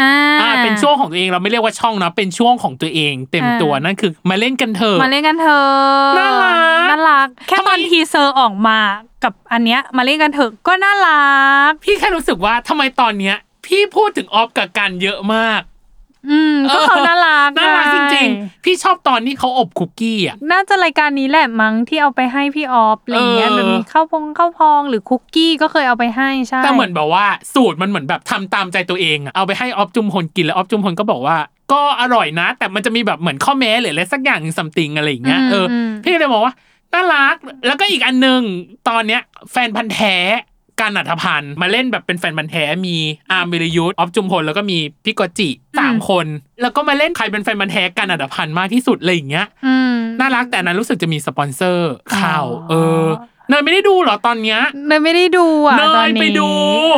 อ่า อ่าเป็นช่วงของตัวเองเราไม่เรียกว่าช่องนะเป็นช่วงของตัวเอง เต็มตัว อ่านั่ นั่นคือมาเล่นกันเถอะ มาเล่นกันเถอะ น่ารัก น่ารัก แค่ ทำไม ตอนทีเซอร์ออกมากับอันเนี้ยมาเล่นกันเถอะก็น่ารัก พี่แค่รู้สึกว่าทำไมตอนเนี้ย พี่พูดถึงออฟกับกันเยอะมาก อืมก็เขาน่ารัก น่ารักจริง ไ ๆ พี่ชอบตอนที่เขาอบคุกกี้อ่ะ น่าจะรายการนี้แหละมั้งที่เอาไปให้พี่ออฟอะไรเงี้ย เออ แบบมีข้าวพงข้าวพองหรือคุกกี้ก็เคยเอาไปให้ใช่ แต่เหมือนแบบว่าสูตรมันเหมือนแบบทำตามใจตัวเองอะเอาไปให้ออฟจุมพลกินแล้วออฟจุมพลก็บอกว่า ก็อร่อยนะ แต่มันจะมีแบบเหมือนข้อแม้หรืออะไรสักอย่างซัมติงอะไรอย่างเงี้ย อืม เอออ ม พี่ก็เลยมองว่าน่ารักแล้วก็อีกอันหนึ่งตอนเนี้ย แฟนพันธ์แท้การอัฐพันธ์มาเล่นแบบเป็นแฟนพันธ์แท้มีอาร์มวิรยุทธ์ออฟจุมพลแล้วก็มีพี่กอจิสามคน แล้วก็มาเล่นใครเป็นแฟนพันธ์แท้การอัฐพันธ์มากที่สุดอะไรอย่างเงี้ย อืม น่ารักแต่อันนั้นรู้สึกจะมีสปอนเซอร์เข้า อ๋อ เออเนยไม่ได้ดูเหรอตอนเนี้ย เนยไม่ได้ดูอ่ะ เนย ตอนนี้ ไปดู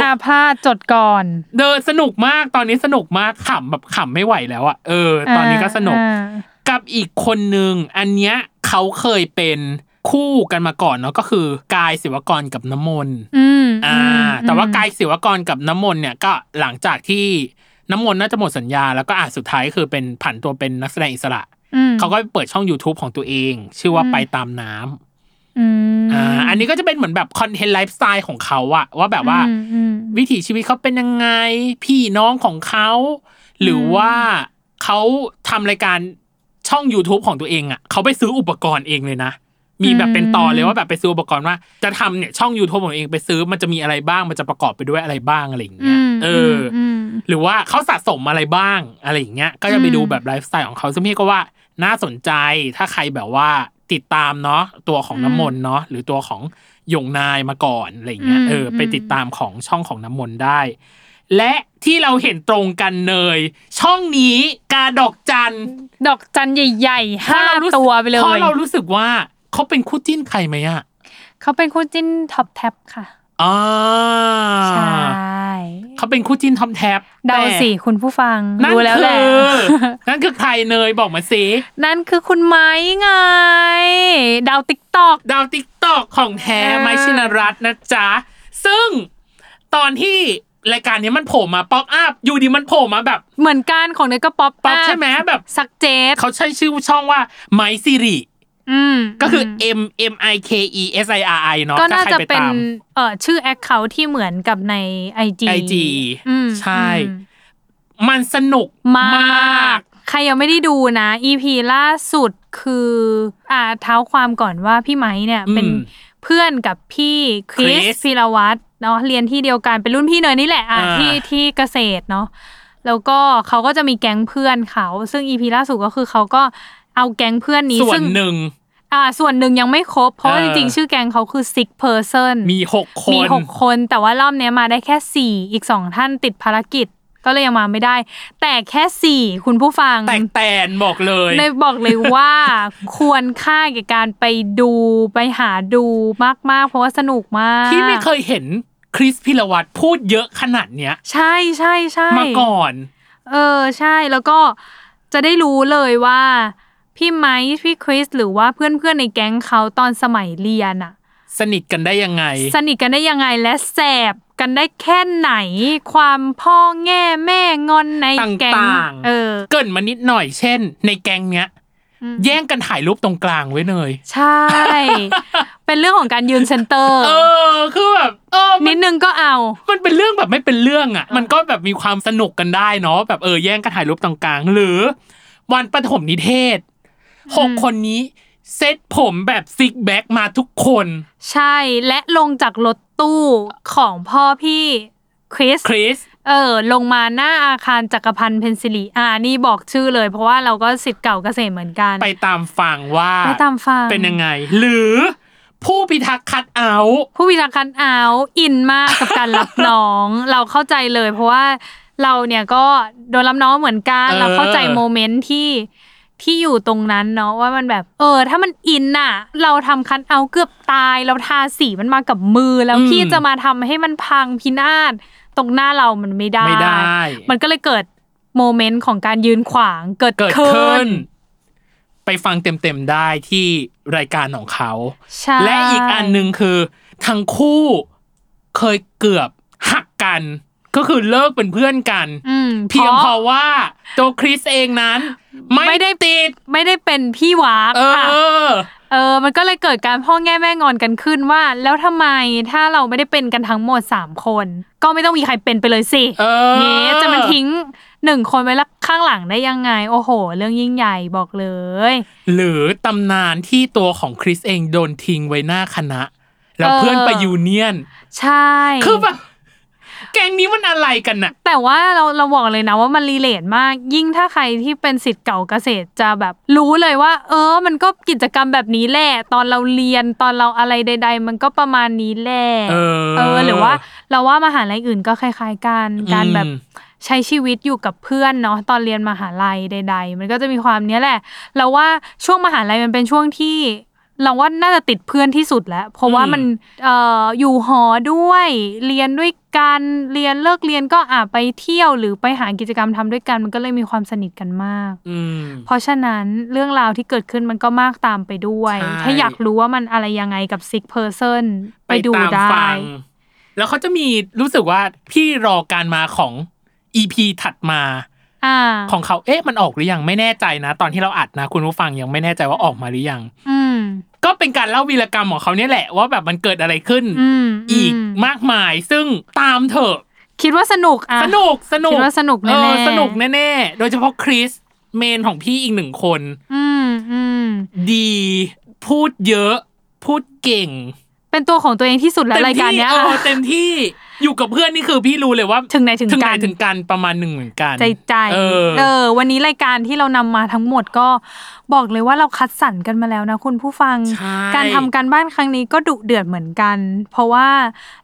อาพลาดจดก่อน เดินสนุกมากตอนนี้สนุกมากขำแบบขำไม่ไหวแล้วอะเออ ตอนนี้ก็สนุก อ่า กับอีกคนนึงอันเนี้ยเขาเคยเป็นคู่กันมาก่อนเนาะก็คือกายศิวกรกับน้ำมนต์ อืม อ่า ม แต่ว่ากายศิวกรกับน้ำมนต์เนี่ยก็หลังจากที่น้ำมนต์น่าจะหมดสัญญา แล้วก็อาจสุดท้ายคือเป็นผันตัวเป็นนักแสดงอิสระ อืม เขาก็ไปเปิดช่อง YouTube ของตัวเอง ชื่อว่า อืม ไปตามน้ำ อืม อ่าอันนี้ก็จะเป็นเหมือนแบบคอนเทนต์ไลฟ์สไตล์ของเขาอะว่าแบบว่า อืมอืม วิถีชีวิตเขาเป็นยังไง พี่น้องของเขา หรือว่าเขาทำรายการช่อง YouTube ของตัวเองอ่ะเขาไปซื้ออุปกรณ์เองเลยนะ มีแบบเป็นตอนเลยว่าแบบไปซื้ออุปกรณ์ว่า จะทำเนี่ยช่อง YouTube ของตัวเองไปซื้อมันจะมีอะไรบ้างมันจะประกอบไปด้วยอะไรบ้างอะไรอย่างเงี้ย ม เอออ ม หรือว่าเขาสะสมอะไรบ้างอะไรอย่างเงี้ย ก็จะไปดูแบบไลฟ์สไตล์ของเขาซึ่งพี่ก็ว่าน่าสนใจถ้าใครแบบว่าติดตามเนาะตัวของน้ำมนต์เนาะหรือตัวของหยงนายมาก่อนอะไรอย่างเงี้ย อืม เออไป อืม ติดตามของช่องของน้ำมนต์ได้ และที่เราเห็นตรงกันเนย ช่องนี้กาดอกจัน ดอกจันใหญ่ๆห้า เพระรรู้สึก ตัวไปเลย เพราะเรารู้สึกว่าเขาเป็นคู่จิ้นใครไหมอะ เขาเป็นคู่จิ้นท็อปแท็บค่ะ อ่า ใช่ เขาเป็นคู่จิ้นทอมแท็บ เดาสิคุณผู้ฟัง แต่นั่น รู้แล้ว คื แหละ อนั่นคือใครเนยบอกมาสิ นั่นคือคุณไม้ไง ดาวติ๊กตอก ดาวติ๊กตอกของแท้ เออ ไมชินรัตน์นะจ๊ะ ซึ่งตอนที่รายการนี้มันโผล่มาป๊อปอัพอยู่ดีมันโผล่มาแบบ เหมือนกันของเนื้อก็ป๊อป ป๊อปใช่ไหมแบบ ซักเจส เขาใช้ชื่อช่องว่าไมซิริ อืม ก็คืออ M ม M I K E S I R I เนาะ ก็ ถ้า น่า ใคร จะ ไป เป็น ตาม เอ่อชื่อแอคเคาท์ที่เหมือนกับใน IG IG อืม ใช่ อืม มันสนุก มาก ใครยังไม่ได้ดูนะ EP ล่าสุดคืออ่าเท้าความก่อนว่าพี่ไม้เนี่ย อื เป็น ม เพื่อนกับพี่คริส Chris พีรวัตรเนาะเรียนที่เดียวกันเป็นรุ่นพี่เนยนี่แหละอ่ะ อ่า ที่ที่เกษตรเนาะแล้วก็เขาก็จะมีแก๊งเพื่อนเขา ซึ่ง EP ล่าสุดก็คือเขาก็เอาแก๊งเพื่อนนี้ ส่วน ซึ่ง หนึ่ง อ่าส่วนหนึ่งยังไม่ครบ เพราะว่า เออจริงๆชื่อแก๊งเขาคือ six person มีหกค มี น หกคนแต่ว่ารอบเนี้ยมาได้แค่สี่อีกสองท่านติดภารกิจ ก็เลยยังมาไม่ได้ แต่แค่สี่คุณผู้ฟัง แตกแตนบอกเลย ในบอกเลยว่า ควรค่าแก่การไปดูไปหาดูมากๆ เพราะว่าสนุกมาก ที่ไม่เคยเห็นคริสพิรวัตรพูดเยอะขนาดเนี้ย ใช่ใช่ใช่ มาก่อน เออใช่แล้วก็จะได้รู้เลยว่า พี่ไมค์พี่คริสหรือว่าเพื่อนๆในแก๊งเขาตอนสมัยเรียนอะ สนิทกันได้ยังไง สนิทกันได้ยังไงและแสบกันได้แค่ไหน ความพ่อแง่แม่งอนในแก๊ง ต่างๆ เออ เกรินมานิดหน่อยเช่น ในแก๊งเนี้ย อืม แย่งกันถ่ายรูปตรงกลางไว้เลย ใช่ เป็นเรื่องของการยืนเซนเตอร์ เออ คือแบบ เออมั นิ น ดนึงก็เอา มันเป็นเรื่องแบบไม่เป็นเรื่องอ่ะ มันก็แบบมีความสนุกกันได้เนาะ แบบเออแย่งกันถ่ายรูปตรงกลาง หรือ วันประถมนิเทศหกคนนี้เซ็ตผมแบบซิกแบ็กมาทุกคน ใช่และลงจากรถตู้ของพ่อพี่คริส คริส เออ ลงมาหน้าอาคารจักรพันธ์เพนซิลีอ่านี่บอกชื่อเลย เพราะว่าเราก็สิทธิ์เก่าเกษตรเหมือนกัน ไปตามฟังว่า ไปตามฟัง เป็นยังไง หรือผู้พิทักษ์คัดเอาท์ ผู้วิจารณ์เอาท์อินมากกับการรับน้อง เราเข้าใจเลย เพราะว่าเราเนี่ยก็โดนรับน้องเหมือนกัน เออ เราเข้าใจโมเมนต์ที่ที่อยู่ตรงนั้นเนาะว่ามันแบบ เออ ถ้ามันอินน่ะ เราทำคันเอาท์เกือบตาย เราทาสีมันมากับมือแล้วพี่จะมาทำให้มันพังพินาศตรงหน้าเรามันไม่ได้ ไม่ได้ มันก็เลยเกิดโมเมนต์ของการยืนขวางเกิด เกิด ขึ้ ขึ้นนไปฟังเต็มๆได้ที่รายการของเขา ใช่ และอีกอันหนึ่งคือทั้งคู่เคยเกือบหักกัน ก็คือเลิกเป็นเพื่อนกัน อืม เพียง เพ เพ ราะ ราะว่าตัวคริสเองนั้น ไม่ ไม่ได้ ได้ติด ไม่ได้เป็นพี่วาก เอ ค่ะ อ เออ มันก็เลยเกิดการพ่อแง่แม่งอนกันขึ้นว่า แล้วทำไมถ้าเราไม่ได้เป็นกันทั้งหมด 3 คน ก็ไม่ต้องมีใครเป็นไปเลยสิ เออ เงี้ยจะมาทิ้งหนึ่งคนไว้ละข้างหลังได้ยังไง โอ้โห เรื่องยิ่งใหญ่บอกเลย หรือตำนานที่ตัวของคริสเองโดนทิ้งไว้หน้าคณะ แล้ว เออ เพื่อนไปยูเนียน ใช่ คือแบบแกงนี้มันอะไรกันน่ะ แต่ว่าเราเราบอกเลยนะว่ามันรีเลทมาก ยิ่งถ้าใครที่เป็นสิทธิ์เก่าเกษตรจะแบบ รู้เลยว่า เออ มันก็กิจกรรมแบบนี้แหละ ตอนเราเรียนตอนเราอะไรใด ๆ มันก็ประมาณนี้แหละ เออ เออหรือว่าเราว่ามหาลัยอื่นก็คล้าย ๆกัน อืม การแบบใช้ชีวิตอยู่กับเพื่อนเนาะตอนเรียนมหาลัยใด ๆ มันก็จะมีความเนี้ยแหละ เราว่าช่วงมหาลัยมันเป็นช่วงที่ เราว่าน่าจะติดเพื่อนที่สุดแล้ว เพราะว่ามันเอ่ออยู่หอด้วย เรียนด้วยกันเรียนเลิกเรียนก็อาไปเที่ยวหรือไปหากิจกรรมทำด้วยกัน มันก็เลยมีความสนิทกันมาก อืม เพราะฉะนั้นเรื่องราวที่เกิดขึ้นมันก็มากตามไปด้วย ใช่ ถ้าอยากรู้ว่ามันอะไรยังไงกับ sick person ไปดู ตาม ได้ ฟัง แล้วเขาจะมีรู้สึกว่าพี่รอการมาของอีพีถัดมา อ่า ของเขาเอ๊ะมันออกหรือยังไม่แน่ใจนะ ตอนที่เราอัดนะ คุณผู้ฟังยังไม่แน่ใจว่าออกมาหรือยัง อืม ก็เป็นการเล่าวีรกรรมของเขาเนี่ยแหละ ว่าแบบมันเกิดอะไรขึ้น อืม อีก ม มากมาย ซึ่งตามเถอะ คิดว่าสนุกอ่ะ สนุกสนุก คิดว่าสนุกแน่ๆ เออสนุกแน่ๆ โดยเฉพาะคริสเมนของพี่อีกหนึ่งคน อืมอืม ดี พูดเยอะ พูดเก่ง เป็นตัวของตัวเองที่สุดแล้วรายการ ที่ เนี้ย เออ ค่ะ เต็มที่อยู่กับเพื่อนนี่คือพี่รู้เลยว่า ถึงไหนถึ ถึงไหน กัน ถึงกันประมาณหนึ่งเหมือนกัน ใจใจ เออ เออ วันนี้รายการที่เรานำมาทั้งหมดก็บอกเลยว่าเราคัดสรรกันมาแล้วนะคุณผู้ฟัง ใช่ การทำการบ้านครั้งนี้ก็ดุเดือดเหมือนกัน เพราะว่า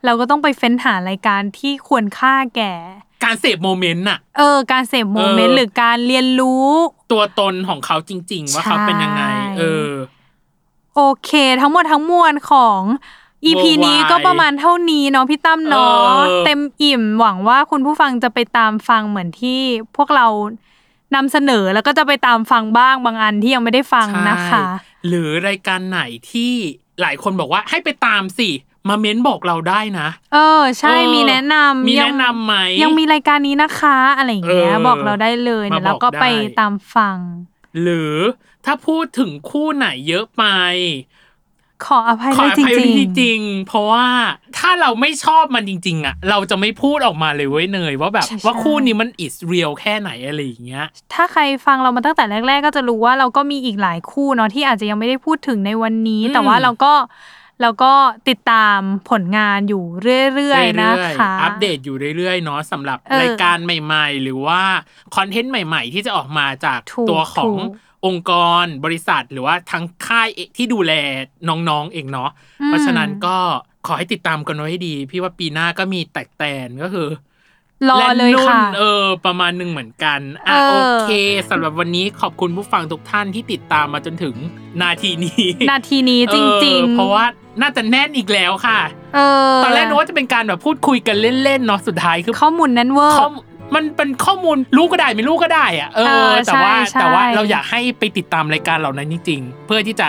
เราก็ต้องไปเฟ้นหารายการที่ควรค่าแก่ การเสพโมเมนต์น่ะ เออ การเสพโมเมน เอ ต์ อ หรือการเรียนรู้ ตัวตนของเขาจริง ๆ ว่าเขาเป็นยังไง ใช่ เออ โอเค ทั้งหมดทั้งมวลของ EP เวอร์ไวด์ นี้ก็ประมาณเท่านี้เนาะพี่ตั้มเนาะ เออ เต็มอิ่มหวังว่าคุณผู้ฟังจะไปตามฟังเหมือนที่พวกเรานำเสนอแล้วก็จะไปตามฟังบ้างบางอันที่ยังไม่ได้ฟังนะคะ ใช่หรือรายการไหนที่หลายคนบอกว่าให้ไปตามสิ มาเม้นบอกเราได้นะ เออ ใช่ เออ มีแนะนำ มี ยัง แนะนำไหม ยังมีรายการนี้นะคะอะไรอย่างเงี้ย เออ บอกเราได้เลยเนี่มาบอยก แล้วก็ไป ได้ ตามฟัง หรือถ้าพูดถึงคู่ไหนเยอะไป ขออภัย ขอ เลย อ จ ภัยจริง ริงๆเพราะว่าถ้าเราไม่ชอบมันจริง ๆอะเราจะไม่พูดออกมาเลยเว้ยเนยว่าแบบ ใช่ ว่า ใช่ คู่นี้มันอิสเรียลแค่ไหนอะไรอย่างเงี้ย ถ้าใครฟังเรามาตั้งแต่แรก ๆ ก็จะรู้ว่าเราก็มีอีกหลายคู่เนาะที่อาจจะยังไม่ได้พูดถึงในวันนี้ อืม แต่ว่าเราก็เราก็ติดตามผลงานอยู่เรื่อย ๆ นะ เรื่อย คะ ๆอัปเดตอยู่เรื่อยๆเนาะสำหรับ เออ รายการใหม่ๆ หรือว่าคอนเทนต์ใหม่ๆ ที่จะออกมาจาก ถูก ตัวของ ถูก องค์กรบริษัทหรือว่าทั้งค่ายเองที่ดูแลน้องๆเองเนาะ อืม เพราะฉะนั้นก็ขอให้ติดตามกันไว้ให้ดี พี่ว่าปีหน้าก็มีแตกแตนก็คือ รอเลย และนุ่น ค่ะ เออ ประมาณหนึ่งเหมือนกันอ่ะ เออ โอเคสำหรับวันนี้ขอบคุณผู้ฟังทุกท่านที่ติดตามมาจนถึงนาทีนี้ นาทีนี้จริง เออ ๆ เพราะว่าน่าจะแน่นอีกแล้วค่ะ เออ ตอนแรกนึกว่าจะเป็นการแบบพูดคุยกันเล่นๆเนาะสุดท้ายคือ ข้อมูลนั้นเวอร์ ข้อมมันเป็นข้อมูลรู้ก็ได้ไม่รู้ก็ได้อะเอ เอ อ อ แต่ว่า ใช่ใช่ แต่ว่าเราอยากให้ไปติดตามรายการเหล่านั้นจริงๆ เพื่อที่จะ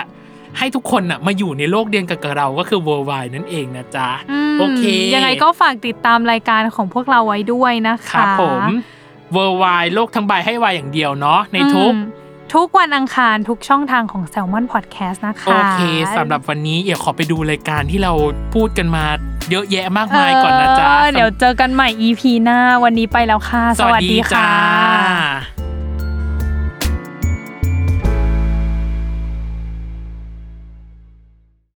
ให้ทุกคนน่ะมาอยู่ในโลกเดียวกับเราก็คือ worldwide นั่นเองนะจ๊ะ ม โอเค ยังไงก็ฝากติดตามรายการของพวกเราไว้ด้วยนะคคะรับผม worldwide โลกทั้งใบให้วายอย่างเดียวเนาะในทุก อืมทุกวันอังคารทุกช่องทางของ Salmon Podcast นะคะ โอเคสำหรับวันนี้เดี๋ยวขอไปดูรายการที่เราพูดกันมาเยอะแยะมากมายก่อนนะจ๊ะ เออเดี๋ยวเจอกันใหม่ EP หน้าวันนี้ไปแล้วค่ะ สวัสดีค่ะ จ้า